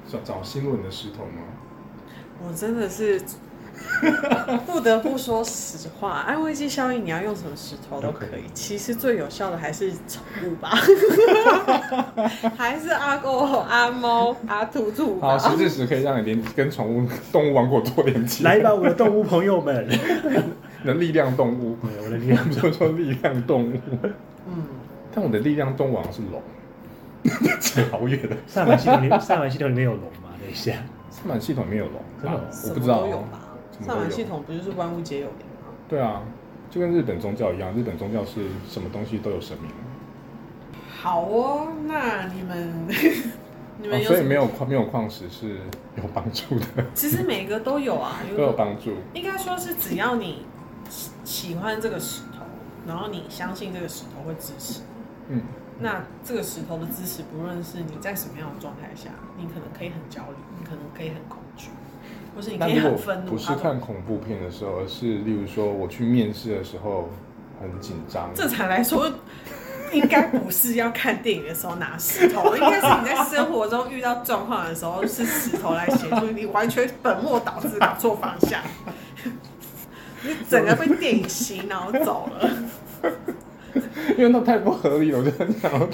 找找心稳的石头吗？
我真 的是不得不说实话，安慰剂效应你要用什么石头都可
都可
以
以，
其实最有效的还是宠物 吧，还是阿狗、阿猫、阿兔兔
好，
吧。
十至十可以让你连跟宠物、动物王国多连接。
来吧，我的动物朋友们！
你的力量动物，
没有我的力
我
量
们就说力量动物。
嗯，
但我的力量动物好像是龙， 扯好远了。
萨满系统里， 萨满系统里面有龙吗？等一下，
萨满系统没有龙，
真的哦
我
什
不
么
知道
都
哦
有吧？
什么都
上
有
满系统不就是万物皆有的吗？
对啊，就跟日本宗教一样，日本宗教是什么东西都有神明，
好哦，那 你们你
啊
们有、
所以没有矿没有矿石是有帮助的，
其实每个都有啊，
都有帮助。
应该说是只要你喜喜欢这个石头，然后你相信这个石头会支持，
嗯，
那这个石头的支持，不论是你在什么样的状态下，你可能可以很焦虑，你可能可以很恐惧，或是 你可
但
以
如
很
果
愤怒。
不是
啊
看 恐怖片的时候，而是例如说我去面试的时候很紧张，
正常来说，应该不是要看电影的时候拿石头，应该是你在生活中遇到状况的时候是石头来协助你，完全本末倒置，搞错方 向，你整个被电影洗脑走了。
因为那太不合理了，我就很想要。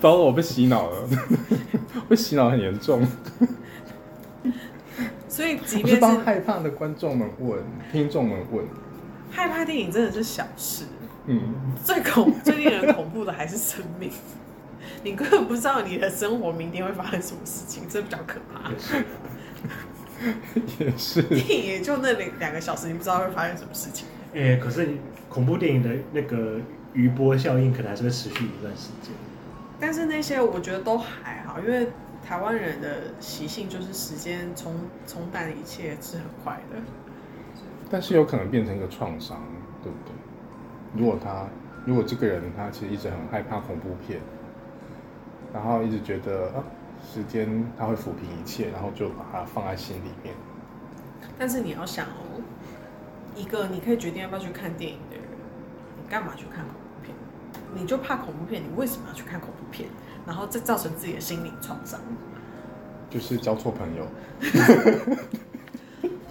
糟了，我被洗脑了， 被洗脑很严重。
所以，即
我是
便
帮
是
害怕的观众们问，听众们问，
害怕电影，真的是小事，
嗯，
最恐最令人恐怖的还是生命。 你根本不知道你的生活明天会发生什么事情，这比较可怕。
也是。
电影也就那两两个小时，你不知道会发生什么事情。
诶、可是恐怖电影的那个余波效应可能还是会持续一段时间。
但是那些我觉得都还好，因为台湾人的习性就是时间冲冲淡一切是很快的。
但是有可能变成一个创伤，对不对？如果他，如果这个人他其实一直很害怕恐怖片，然后一直觉得啊，时间他会抚平一切，然后就把它放在心里面。
但是你要想哦，一个你可以决定要不要去看电影的人，你干嘛去看恐怖片？你就怕恐怖片，你为什么要去看恐怖片？然后再造成自己的心理创伤。
就是交错朋友，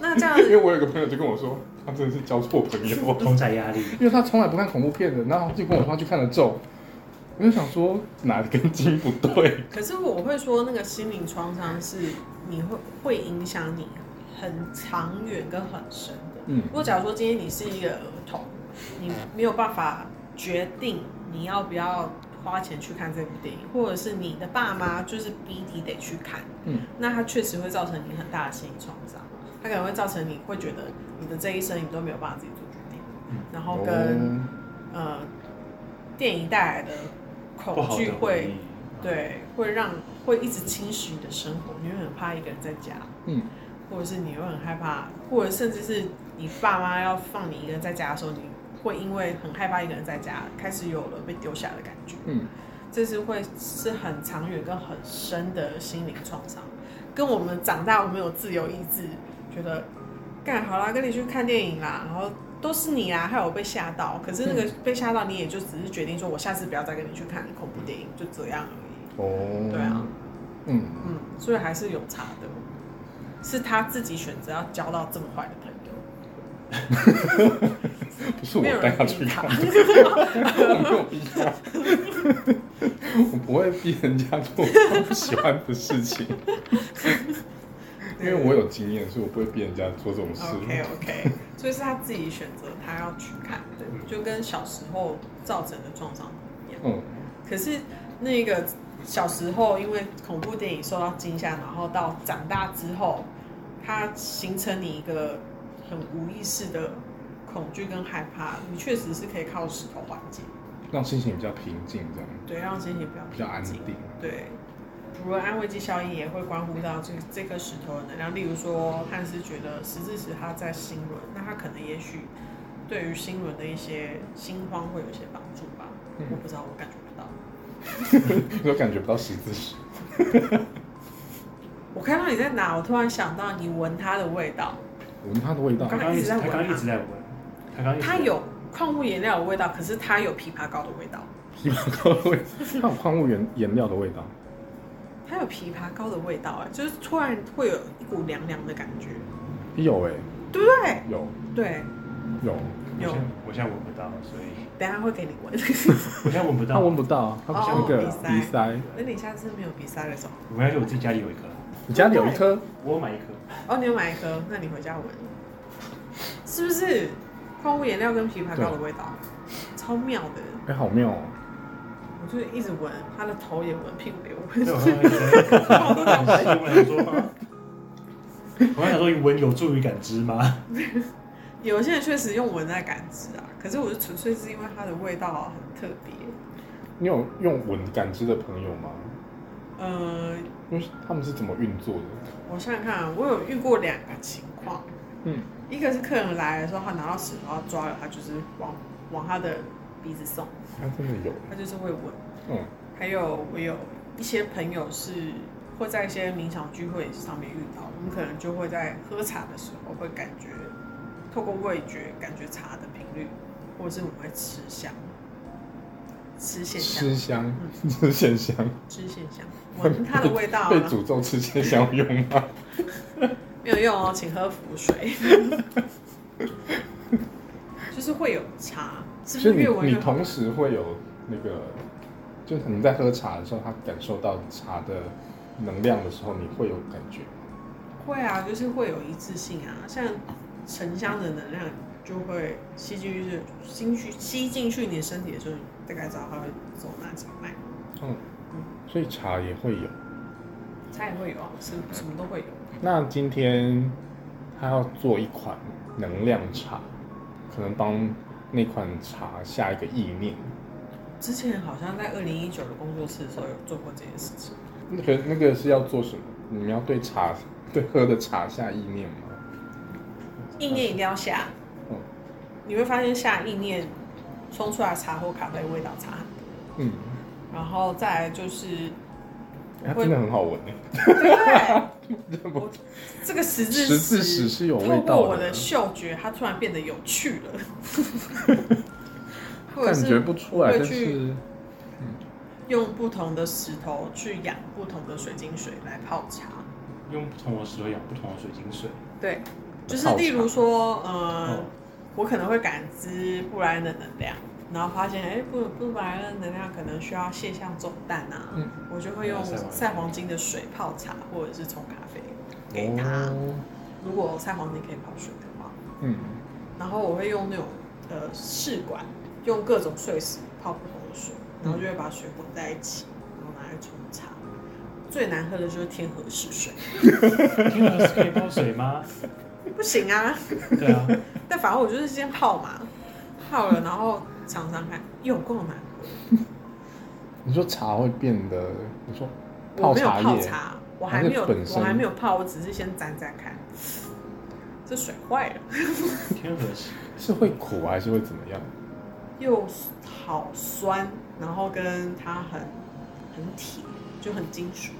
那这样
因为我有个朋友就跟我说，他真的是交错朋友，
同在压力，
因为他从来不看恐怖片的，然后就跟我说他去看了咒，我就想说哪根筋不对，
可是我会说，那个心灵创伤是你会会影响你很长远跟很深的。
嗯
如果假如说今天你是一个儿童，你没有办法决定你要不要花钱去看这部电影，或者是你的爸妈就是逼你得去看，
嗯，
那它确实会造成你很大的心理创伤。它可能会造成你会觉得你的这一生你都没有办法自己做决定，然后跟、
嗯哦
呃电影带来的
不
恐
好
惧
的
会
回忆。
对，会让会一直侵蚀你的生活，你会很怕一个人在家，
嗯，
或者是你会很害怕，或者甚至是你爸妈要放你一个人在家的时候，你会因为很害怕一个人在家，开始有了被丢下的感觉，
嗯，
这是会是很长远跟很深的心灵创伤，跟我们长大我们有自由意志，觉得干好啦，跟你去看电影啦，然后。都是你啊，害我被吓到。可是那
嗯
个被吓到，你也就只是决定说，我下次不要再跟你去看恐怖电影，就这样而已。
哦，
对啊，
嗯，
嗯，所以还是有差的，是他自己选择要交到这么坏的朋友。
不是我
没有
带
人
他去
逼他
看， 我没有逼他， 我不会逼人家做我不喜欢的事情，因为我有经验，所以我不会逼人家做这种事。
OK OK，所以是他自己选择他要去看的，就跟小时候造成的创伤不一样。
嗯，
可是那个小时候因为恐怖电影受到惊吓，然后到长大之后，它形成你一个很无意识的恐惧跟害怕，你确实是可以靠石头缓解，
让心情比较平静，这样
对，让心情比较
比较安
平静
定。
对，除了安慰剂效应，也会关乎到这这颗石头的能量。例如说，汉斯觉得十字石它在心轮，那它可能也许对于心轮的一些心慌会有一些帮助吧。
嗯
我不知道，我感觉不到。嗯
我感觉不到十字石，
我看到你在哪，我突然想到你闻它的味道，
闻它的味道
他
刚，
刚一直
一直在
他
闻
刚一直在闻，他刚一直在
它
闻
有矿物颜料的味道，可是它有枇杷膏的味道，
枇杷膏的味，它有矿物原颜料的味道。
它有枇杷膏的味道、哎，就是突然会有一股凉凉的感觉，
有哎、
对不对？
有
对，
有，
有
我现在我现在闻不到，所以
等一下会给你闻。
我现在闻不
它
到。
闻不到，它不像
哦
那个
鼻塞
鼻塞。
那你下次没有比赛的时候，
没关系，我自己家里有一颗，
你家里有一颗，
我有买一颗。
哦，你有买一颗，那你回家闻，是不是矿物颜料跟枇杷膏的味道，超妙的。
哎、好妙哦！
我就一直闻，他的头也闻，屁股也
对，我
闻，
刚刚一直在闻我刚刚想说，我刚想说闻有助于感知吗？
有些人确实用闻在感知啊，可是我是纯粹是因为它的味道啊很特别。
你有用闻感知的朋友吗？
呃，
因为他们是怎么运作的？
我想想看啊，我有遇过两个情况，
嗯，
一个是客人来的时候，他拿到屎，然后抓了，他就是往往他的鼻子送，
他真的有，
他就是会闻。
嗯，
还有我有一些朋友是会在一些冥想聚会上面遇到，我们可能就会在喝茶的时候会感觉，透过味觉感觉茶的频率，或者是我们会吃香，吃线香
吃，香，吃线香，
吃线香，闻它的味 道
被
啊，
诅咒吃线香有用 吗？
没有用哦，请喝符 水。就是会有茶，是不
所
是
以
越闻
你你
越好
同？时会有那个，就是你在喝茶的时候，他感受到茶的能量的时候，你会有感觉。
会啊，就是会有一致性啊，像沉香的能量就会吸进去，吸去吸进去你的身体的时候，你大概知道它会走哪几脉，
嗯，所以茶也会有。
它也会有啊，什什么都会有。
那今天他要做一款能量茶，可能帮那款茶下一个意念。
之前好像在二零一九的工作室的时候有做过这件事情，
那个那个是要做什么？你们要对茶对喝的茶下意念吗？
意念一定要下，
嗯
你会发现下意念冲出来的茶或咖啡味道差很多，
嗯，
然后再来就是
它真的很好闻诶。
对不对？我这个十字
十字石是有味
透过
道
我
的
的，嗅觉，它突然变得有趣了， 或者
感觉
是
不出来，
会
但
去
是
用不同的石头去养不同的水晶水来泡茶。
用不同的石头养不同的水晶水。
对，就是
泡茶
例如说，呃
哦，
我可能会感知布莱恩的能量。然后发现，哎，布布莱恩的能量可能需要卸下重担啊，
嗯
我就会用
塞黄金
晒黄金的水泡茶，或者是冲咖啡给他。
哦
如果晒黄金可以泡水的话，
嗯，
然后我会用那种呃试管，用各种碎石泡不同的水，
嗯
然后就会把水混在一起，然后拿来冲茶。最难喝的就是天河市水，
天鹅是可以泡水吗？
不行啊。
对啊，
但反正我就是先泡嘛，泡了然后尝尝看，有够难喝。
你说茶会变得，你说
我
泡
没有
茶
泡
叶，
茶，我还没有，
还是本身
我还没有泡，我只是先沾沾看。这水坏了，
天鹅是
是会苦还是会怎么样？
又好酸，然后跟它很很铁，就很金属，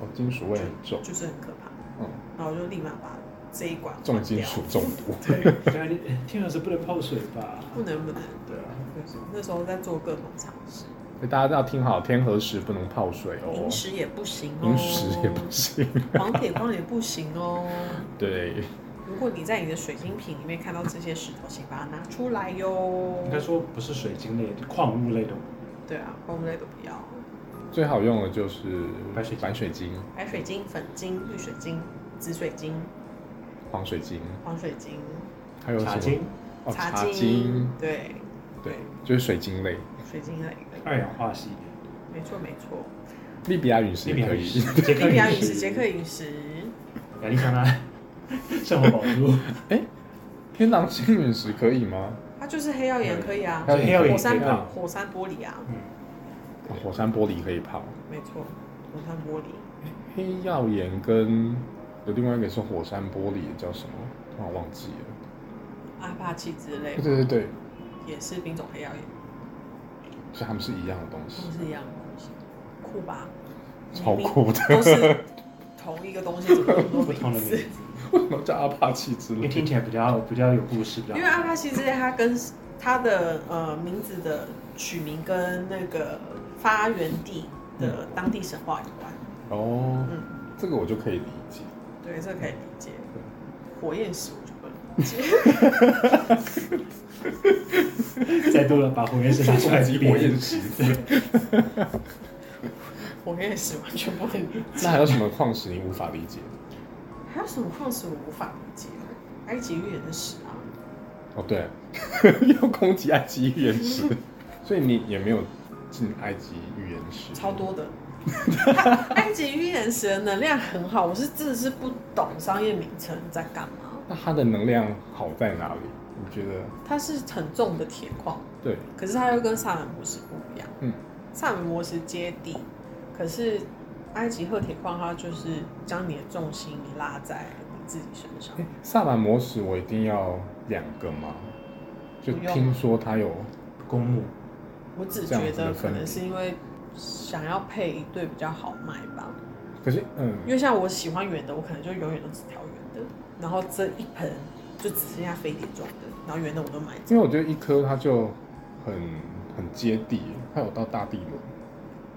哦，金属味很重，
就是很可怕。
嗯，
然后我就立马把这一管
重金属中毒。
换掉，对，
对啊，你天鹅是不能泡水吧？
不能不能，
对啊，
就是那时候在做各种尝试，
所以大家要听好，天河石不能泡水哦
零，食也不行哦，
饮食也不行。
黄铁矿也不行哦，
对，
如果你在你的水晶瓶里面看到这些石头，请把它拿出来哟。
应该说不是水晶类的，矿物类的，
对啊，矿物类都不要，
最好用的就是
白水晶
白水晶、
白水晶、粉晶、绿水晶、紫水晶、
黄水晶，
黄水晶、
还有什么
茶晶、
哦，
茶
茶
晶
晶，，
对，
对，就是水晶类。
水晶类的，
二氧化锡、
没错没错。
利比亚陨石
利比
也
亚
可
陨
以
石。、捷克
利比亚
陨
陨石、
石、
捷克陨石，
亚利桑那圣火宝珠，
天狼星陨石可以吗？
它就是黑曜岩可以啊，
还有
黑曜岩
火山
可以
玻
啊
火山玻璃啊，
哦火山玻璃可以泡。
没错，火山玻璃，
黑曜岩跟有另外一个是火山玻璃，叫什么？突然忘记了。
阿帕奇之类
对对对，
也是品种黑曜岩，
所以他们是一样的东西
都，是一样的东西，酷吧？
超酷的。
都是同一个东西，怎么那么
不
多
同的
名
名字
字？，
为什么叫阿帕奇之
因
类
为
的？
听起来比较比较有故事，比较
因为阿帕奇之类，它跟它的呃名字的取名跟那个发源地的当地神话有关。
哦，
嗯，
这个我就可以理解。
对，这可以理解。火焰石我就不能
再多了把火焰石拿出来 一遍
火焰石，
火焰石完全不能理解。
那还有什么矿石你无法理解？
还有什么矿石我无法理解？埃及预言的石啊，
哦，对， 要攻击埃及预言石，所以你也没有进埃及预言石，
超多的。它埃及预言石的能量很好，我是真的是不懂商业名称在干嘛。
那它的能量好在哪里？你觉得？
它是很重的铁矿，
对，
可是它又跟萨满模式不一样。
嗯，
萨满模式接地，可是埃及褐铁矿它就是将你的重心拉在你自己身上。
诶萨满魔石我一定要两个吗？就
不用
听说它有
公墓，
我只
这样
觉
子
得
的
可
分
能
别
是因为想要配一对比较好卖吧，
可是，嗯，
因为像我喜欢圆的，我可能就永远都只挑圆的，然后这一盆就只剩下飞碟状的，然后圆的我都买走。
因为我觉得一颗它就很很接地，它有到大地轮，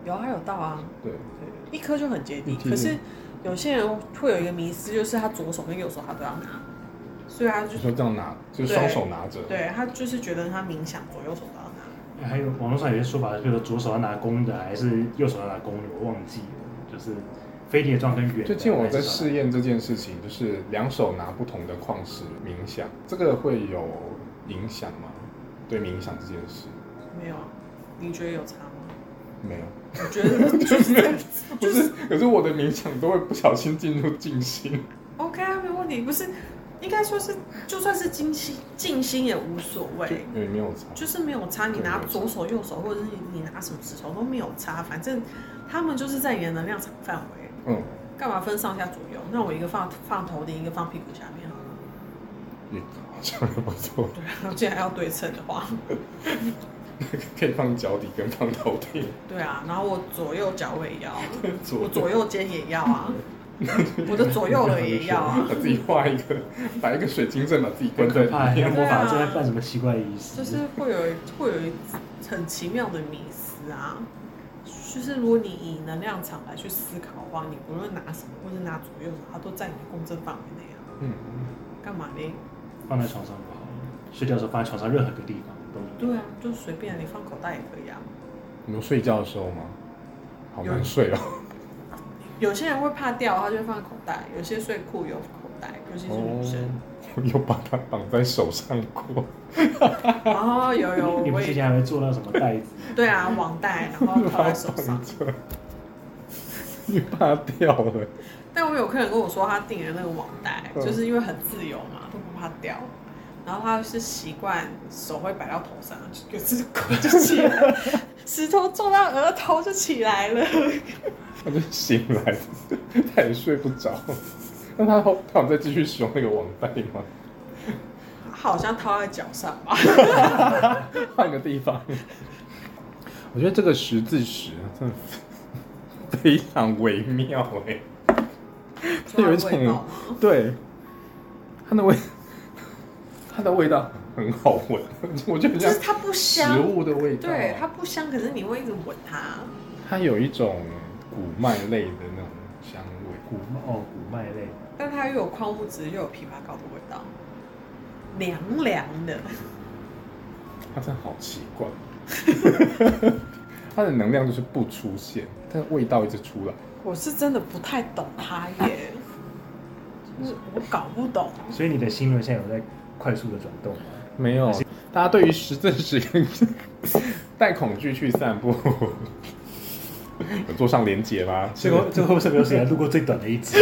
有啊有到啊，
对，
嗯对，一颗就很接地
一。颗
可是有些人会有一个迷思，就是他左手跟右手他都要拿，所以他就
就说这样拿，就是
对
双手拿着，
对他就是觉得他冥想左右手都要拿。
哎还有网络上有些说法，比如说左手要拿弓的，还是右手要拿弓的，我忘记了，就是飞碟状跟圆的。
最近我在试
验，
验这件事情，就是两手拿不同的矿石冥想，这个会有影响吗？对冥想这件事，
没有，你觉得有差吗？
没有。
我觉得就是这样子
不是，可是我的冥想都会不小心进入静心。
OK 啊，没问题。不是，应该说是就算是静心，静心也无所谓。
也没有差。
就是没有差，你拿
对没
左手、右手，或者是你拿什么石头都没有差，反正他们就是在你的能量场范围，
嗯，
干嘛分上下左右？那我一个放放头顶，一个放屁股下面好了
也好像也不错，
然后既然要对称的 话，
可以放脚底跟放头顶。
对啊，然后我左右脚我也要，我
左
左右肩也要啊， 我的左右耳也要啊，
把自己画一个，把一个水晶阵把自己
很
关在
可
里
怕，
面。
像魔法正在办什么奇怪的仪式，
啊就是会有会有一很奇妙的迷思啊。就是如果你以能量场来去思考的话，你不论拿什么或是拿左右手，它都在你的共振范围内啊，
嗯，
干嘛呢？
放在床上不好，睡觉的时候放在床上任何一个地方都一样
对啊，就随便你放口袋也可以啊。
你们睡觉的时候吗？好难
有
睡哦。
有些人会怕掉，他就会放口袋；有些睡裤有口袋，尤其是女生。
我又把它绑在手上过。
哦，有有，
你你
我
们之
也
前还会做到什么袋子？
对啊，网袋，然 后套在手上。
你怕掉了，
但我有客人跟我说，他订的那个网袋，
嗯
就是因为很自由嘛，都不怕掉。然后他是习惯手会摆到头上，有 只狗就起来，石头撞到额头就起来了。
他就醒来，他也睡不着。那他后他有再继续使用那个网袋吗？
他好像套在脚上吧？
换个地方。我觉得这个十字石真的非常微妙哎、它 有一种
抓味道吗
对，它的味，它的味道很好闻，我觉得很
就
像
是它不
食
香，
物的味道。啊
对，它不香，可是你会一直闻它。
它有一种谷麦类的那种香味。
谷麦哦，谷麦类，
但它又有矿物质，又有枇杷膏的味道，凉凉的。
它真的好奇怪， 它的能量就是不出现，但味道一直出来。
我是真的不太懂它耶，就是我搞不懂。
所以你的心轮现在有在快速的转动吗？
没有，大家对于实证实验带恐惧去散步， 有做上连结吗？
最 后最后是没有谁来录过最短的一集，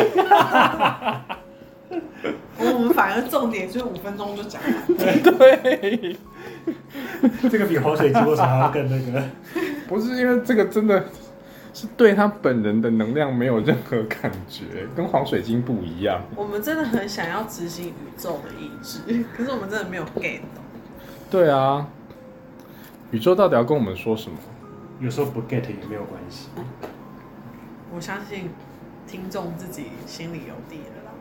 我们反而重点就是五分钟就讲完。
对，
这个比滑水直播场还要更那个。
不是因为这个真的是对他本人的能量没有任何感觉，跟黄水晶不一样。
我们真的很想要执行宇宙的意志，可是我们真的没有 get 懂。
对啊，宇宙到底要跟我们说什么？
有时候不 get 也没有关系，
我相信听众自己心里有底了啦。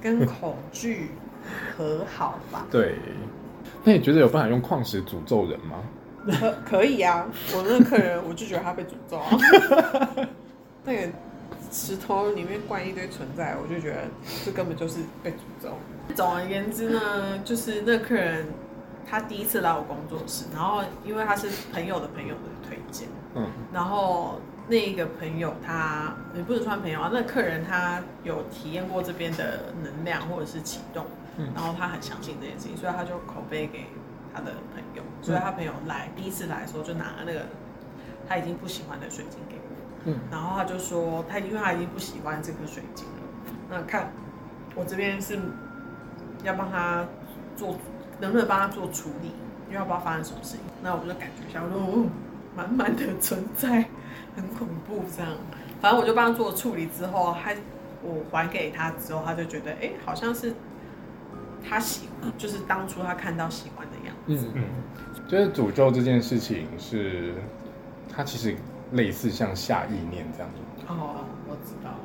跟恐惧和好吧，
对，那你觉得有办法用矿石诅咒人吗？
可可以啊。我那个客人，我就觉得他被诅咒啊。 那个石头里面灌一堆存在，我就觉得这根本就是被诅咒。总而言之呢，就是那客人他第一次来我工作室，然后因为他是朋友的朋友的推荐，
嗯，
然后那个朋友他也不能算朋友啊，那客人他有体验过这边的能量或者是启动，
嗯
然后他很相信这件事情，所以他就口碑给他的朋友，所
嗯
以他朋友来、第一次来的时候就拿了那个他已经不喜欢的水晶给我，
嗯，
然后他就说他因为他已经不喜欢这颗水晶了，那看我这边是要帮他做能不能帮他做处理，因为他不知道发生什么事情，那我就感觉一下，我说哦满满的存在，很恐怖这样。反正我就帮他做处理之后，他我还给他之后，他就觉得哎、诶好像是他喜，就是当初他看到喜欢的样子。
嗯，
嗯，
就是诅咒这件事情是，它其实类似像下意念这样子。
哦，我知道了。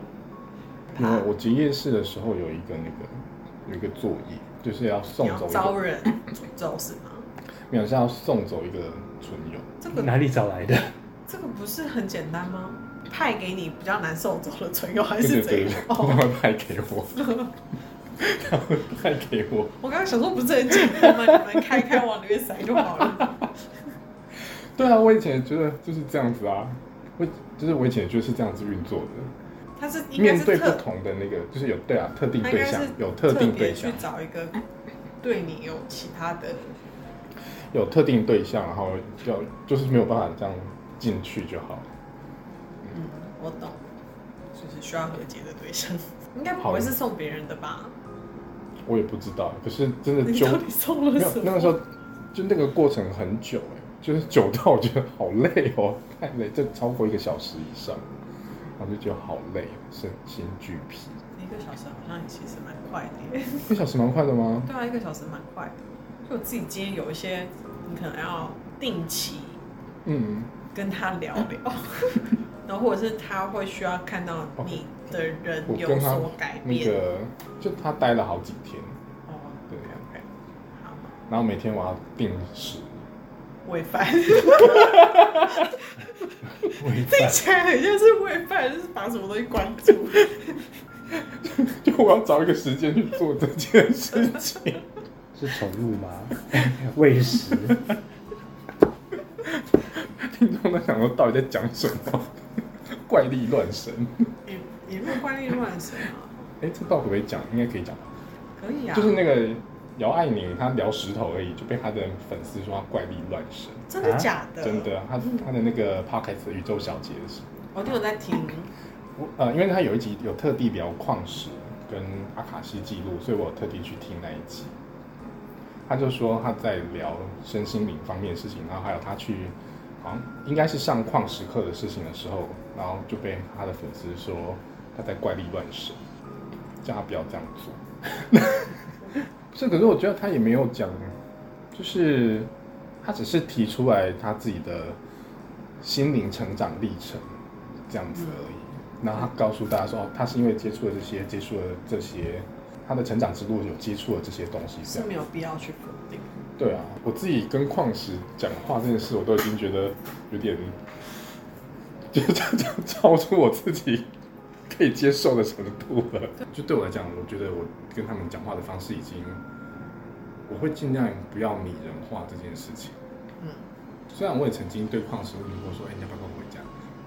因为
他
我集夜市的时候有一个那个有一个作业，就是要送
你要
走一
招
个，
人诅咒是吗？
没有是要送走一个存友。
这个
哪里找 来的？
这个不是很简单吗？派给你比较难受走的唇釉还
对对
是
对
怎
对
样？，
他
哦，
会派给我，他会派给我。
我刚刚想说不是很简单吗？你们开开往里面塞就好了。
对啊，我以前也觉得就是这样子啊，我就是我以前也就是这样子运作的。
他是应该
面
是
对不
特
同的那个，就是有对啊，特定
他应
对
该
象
是
有特定对
别
象
去，找一个对你有其他的，
有特定对象，然后要就是没有办法这样进去就好。
嗯，我懂，就是需要和解的 对象，应该不会是送别人的吧？
我也不知道，可是真的
你
纠
到底送
没
了
有
什么？
那个时候，就那个过程很久哎、就是久到我觉得好累哦，太累，就超过一个小时以上，然后就觉得好累，身心俱疲。
一个小时好像其实蛮快的耶，
一个小时蛮快的吗？
对啊，一个小时蛮快的。就我自己今天有一些，你可能要定期
嗯，
跟他聊 聊，然后或者是他会需要看到你的人
我
有
跟他
所改
那
变。
个就他待了好几天，
哦
对，啊
，OK，好。
然后每天 我要 定时，
喂 饭，
喂
听起来很像是喂饭，就是把什么东西关住。
就我要找一个时间去做这件事情。
是宠物吗？ 喂食，
听众在想说到底在讲什么，怪力乱神。
也也没有怪力乱神啊，
哎、这到底可不可以讲？应该可以讲吧。
可以啊，
就是那个姚爱宁，她聊石头而已，就被她的粉丝说她怪力乱神。
真的假的？
真，的，她她的那个 podcast 宇宙小姐是，
我都有在听，
我呃，因为她有一集有特地聊矿石跟阿卡西记录，所以我有特地去听那一集。她就说她在聊身心灵方面的事情，然后还有她去好像应该是上矿石课的事情的时候，然后就被她的粉丝说她在怪力乱神，叫她不要这样做。是， 可是我觉得他也没有讲，就是他只是提出来他自己的心灵成长历程这样子而已。然后他告诉大家说，哦，他是因为接触了这些，接触了这些，他的成长之路有接触了这些东西，这
是
样。
没有必要去否定。
对啊，我自己跟矿石讲话这件事，我都已经 觉得有点，就是这样超出我自己可以接受的程度了。就对我来讲，我觉得我跟他们讲话的方式已经，我会尽量不要拟人化这件事情。
嗯，
虽然我也曾经对矿石问过说，哎、你要不要跟我回家？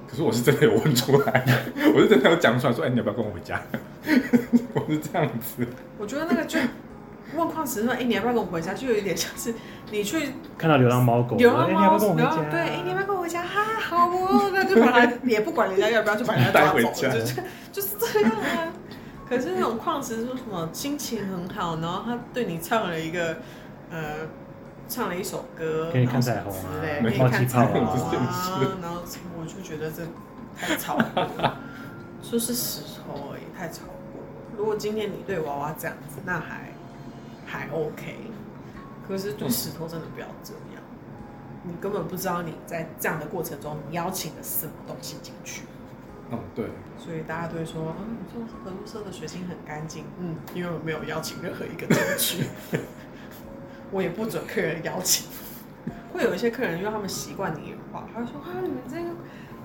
可是我是真的有问出来， 我是真的有讲出来说，哎、你要不要跟我回家？ 我是这样子。
我觉得那个就问矿石说：“哎、你要不要跟我回家？”就有一点像是你去
看到流浪猫狗，
流
哎
浪
你要不
啊猫
要跟我，回
然后
家？
对，哎、你要不要跟我回家？哈、好哦，那就把它也不管人家要不要，就把人家抓
带回
走，
家
就是
呃
就是这样啊。可是那种矿石说什么心情很好，然后他对你唱了一个呃，唱了一首歌，
给你看彩虹啊
然后
没
什么之类，给你看彩
放气
虹
泡啊
这
啊，然后我就觉得这太吵了，说是石头而已，太吵过。如果今天你对娃娃这样子，那还还 OK，可是对石头真的不要这样。你根本不知道你在这样的过程中，你邀请了什么东西进去，
嗯，对，
所以大家都会说，嗯，你做合作社的水晶很干净，嗯，因为我没有邀请任何一个进去， 我也不准客人邀请。会有一些客人，因为他们习惯你的话，他会说啊，你们这个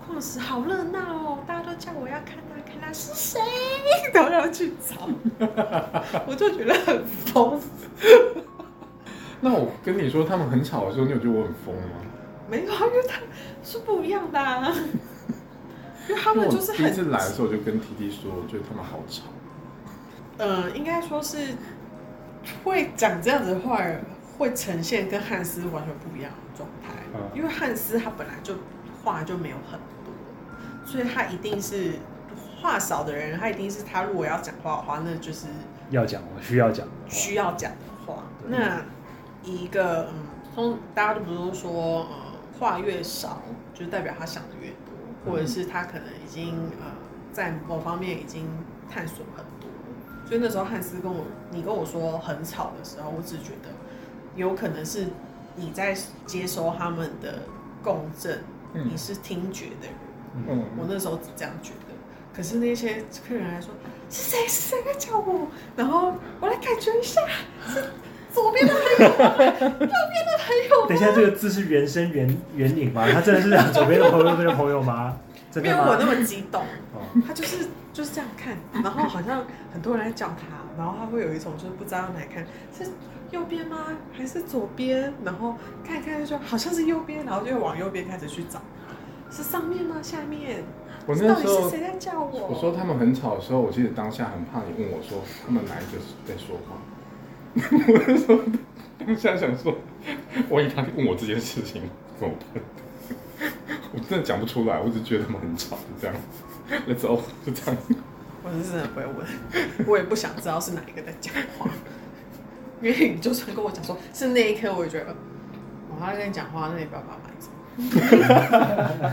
矿石好热闹哦，大家都叫我要看他看他是谁， 然后要去找，我就觉得很疯。
那我跟你说，他们很吵的时候，你有觉得我很疯吗？
没有啊，因为他是不一样的、啊，因为他
因为
们
我
就是
第一次
很
来的时候，我就跟 T T 说，我觉得他们好吵。
呃，应该说是会讲这样子的话，会呈现跟汉斯完全不一样的状态。
嗯
因为汉斯他本来就话就没有很多，所以他一定是话少的人，他一定是他如果要讲话的话，那就是
要讲，我需要讲，
需要讲的话。那以一个嗯，通大家都不是说呃话越少，就代表他想的越多，或者是他可能已经呃在某方面已经探索很多。所以那时候汉斯跟我，你跟我说很吵的时候，我只觉得有可能是你在接收他们的共振，
嗯
你是听觉的人。
嗯，
我那时候只这样觉得。可是那些客人还说是谁是谁在叫我，然后我来感觉一下，是左边的朋友吗， 右边的朋友吗。
等一下，这个字是原声原原影吗？他真的是讲左边的朋友，右边的朋友吗？ 真
没
的
有我
吗？
那么激动，
哦
他就是就是这样看，然后好像很多人在叫他，然后他会有一种就是不知道哪看是右边吗还是左边，然后看一看就说好像是右边，然后就往右边开始去找，是上面吗？下面？
我
到
那时
底是
候
谁在叫我？
我说他们很吵的时候，我记得当下很怕你问我说他们哪一个在说话。 我那时候当下想说，万一他问我这件事情怎么办？我真的讲不出来，我只觉得他们很吵，就这样。Let's all 就这样。
我是真的不会问， 我也不想知道是哪一个在讲话，因为你就算跟我讲说是那一刻，我也觉得，哦，他在跟你讲话，那你不要把他买走，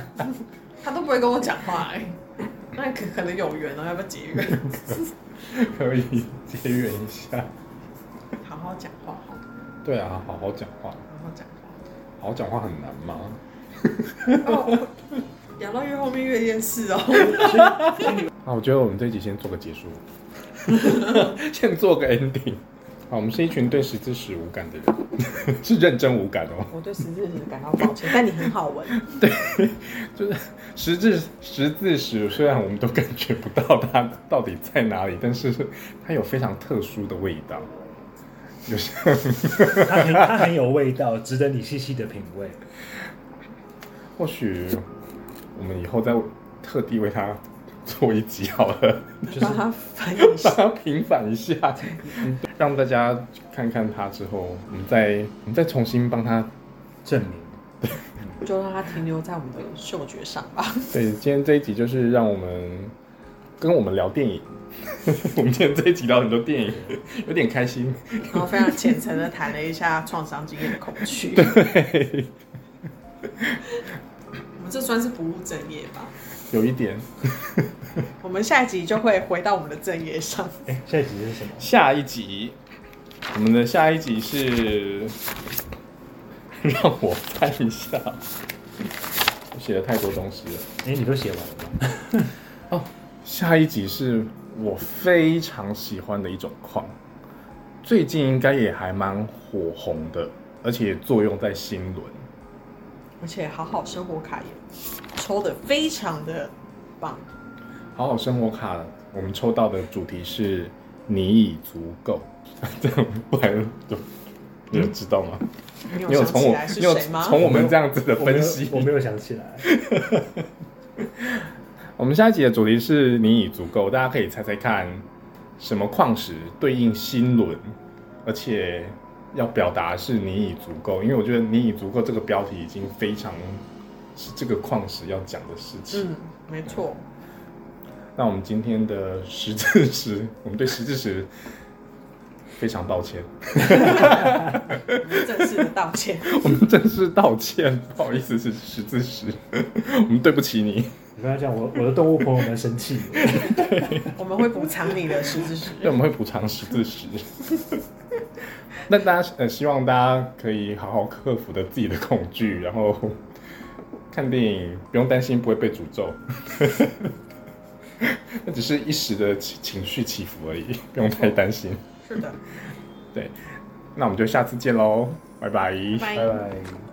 他都不会跟我讲话、哎，那可可能有缘哦，要不要结缘？
可以结缘一下。
好好讲话，好
对啊，好好讲话，
好讲话。
好好讲话很难吗？
哦，聊到越后面越厌世哦，
好，我觉得我们这一集先做个结束， 先做个 ending。好，我们是一群对十字石无感的人， 是认真无感哦。
我对十字形感到抱歉，但你很好闻，
就是十字十字石，虽然我们都感觉不到它到底在哪里，但是它有非常特殊的味道，有些
它很它很有味道，值得你细细的品味。
或许我们以后再特地为它做一集好了。
就是
帮他翻译一
把
下。
它平反一下，让大家看看它之后，我们再我们再重新帮它。
证明
就让它停留在我们的嗅觉上吧。
对，今天这一集就是让我们跟我们聊电影。 我们今天这一集聊很多电影，有点开心。
然后非常虔诚的谈了一下创伤经验的恐惧。我们这算是不务正业吧？
有一点，
我们下一集就会回到我们的正业上。
哎，下一集是什么？
下一集我们的下一集是，让我看一下，我写了太多东西了。
哎，你都写完了吗？
哦，下一集是我非常喜欢的一种矿，最近应该也还蛮火红的，而且作用在新轮。
而且好好生活卡也抽的非常的棒，
好好生活卡，我们抽到的主题是你已足够， 这样不然就你有知道吗？
你
你
有
有
嗯想
从
起
我
来，是
你有
谁吗？
从我们这样子的
我没有
分析，
我没有想起来。
我们下一集的主题是你已足够，大家可以猜猜看，什么矿石对应心轮，而且要表达是你已足够，因为我觉得你已足够这个标题已经非常是这个矿石要讲的事情。
嗯，没错，
那我们今天的十字石，我们对十字石非常抱歉，
我们正式的道歉。
我们正式道歉， 不好意思是十字石， 我们对不起你。
你不要这样，我我的动物朋友们生 气。
我们会补偿你的十之十。
对，我们会补偿十字十。 那大家呃，希望大家可以好好克服的自己的恐惧，然后看电影不用担心不会被诅咒， 那只是一时的情情绪起伏而已，不用太担心。
是的，
那我们就下次见喽，拜拜
拜
拜拜。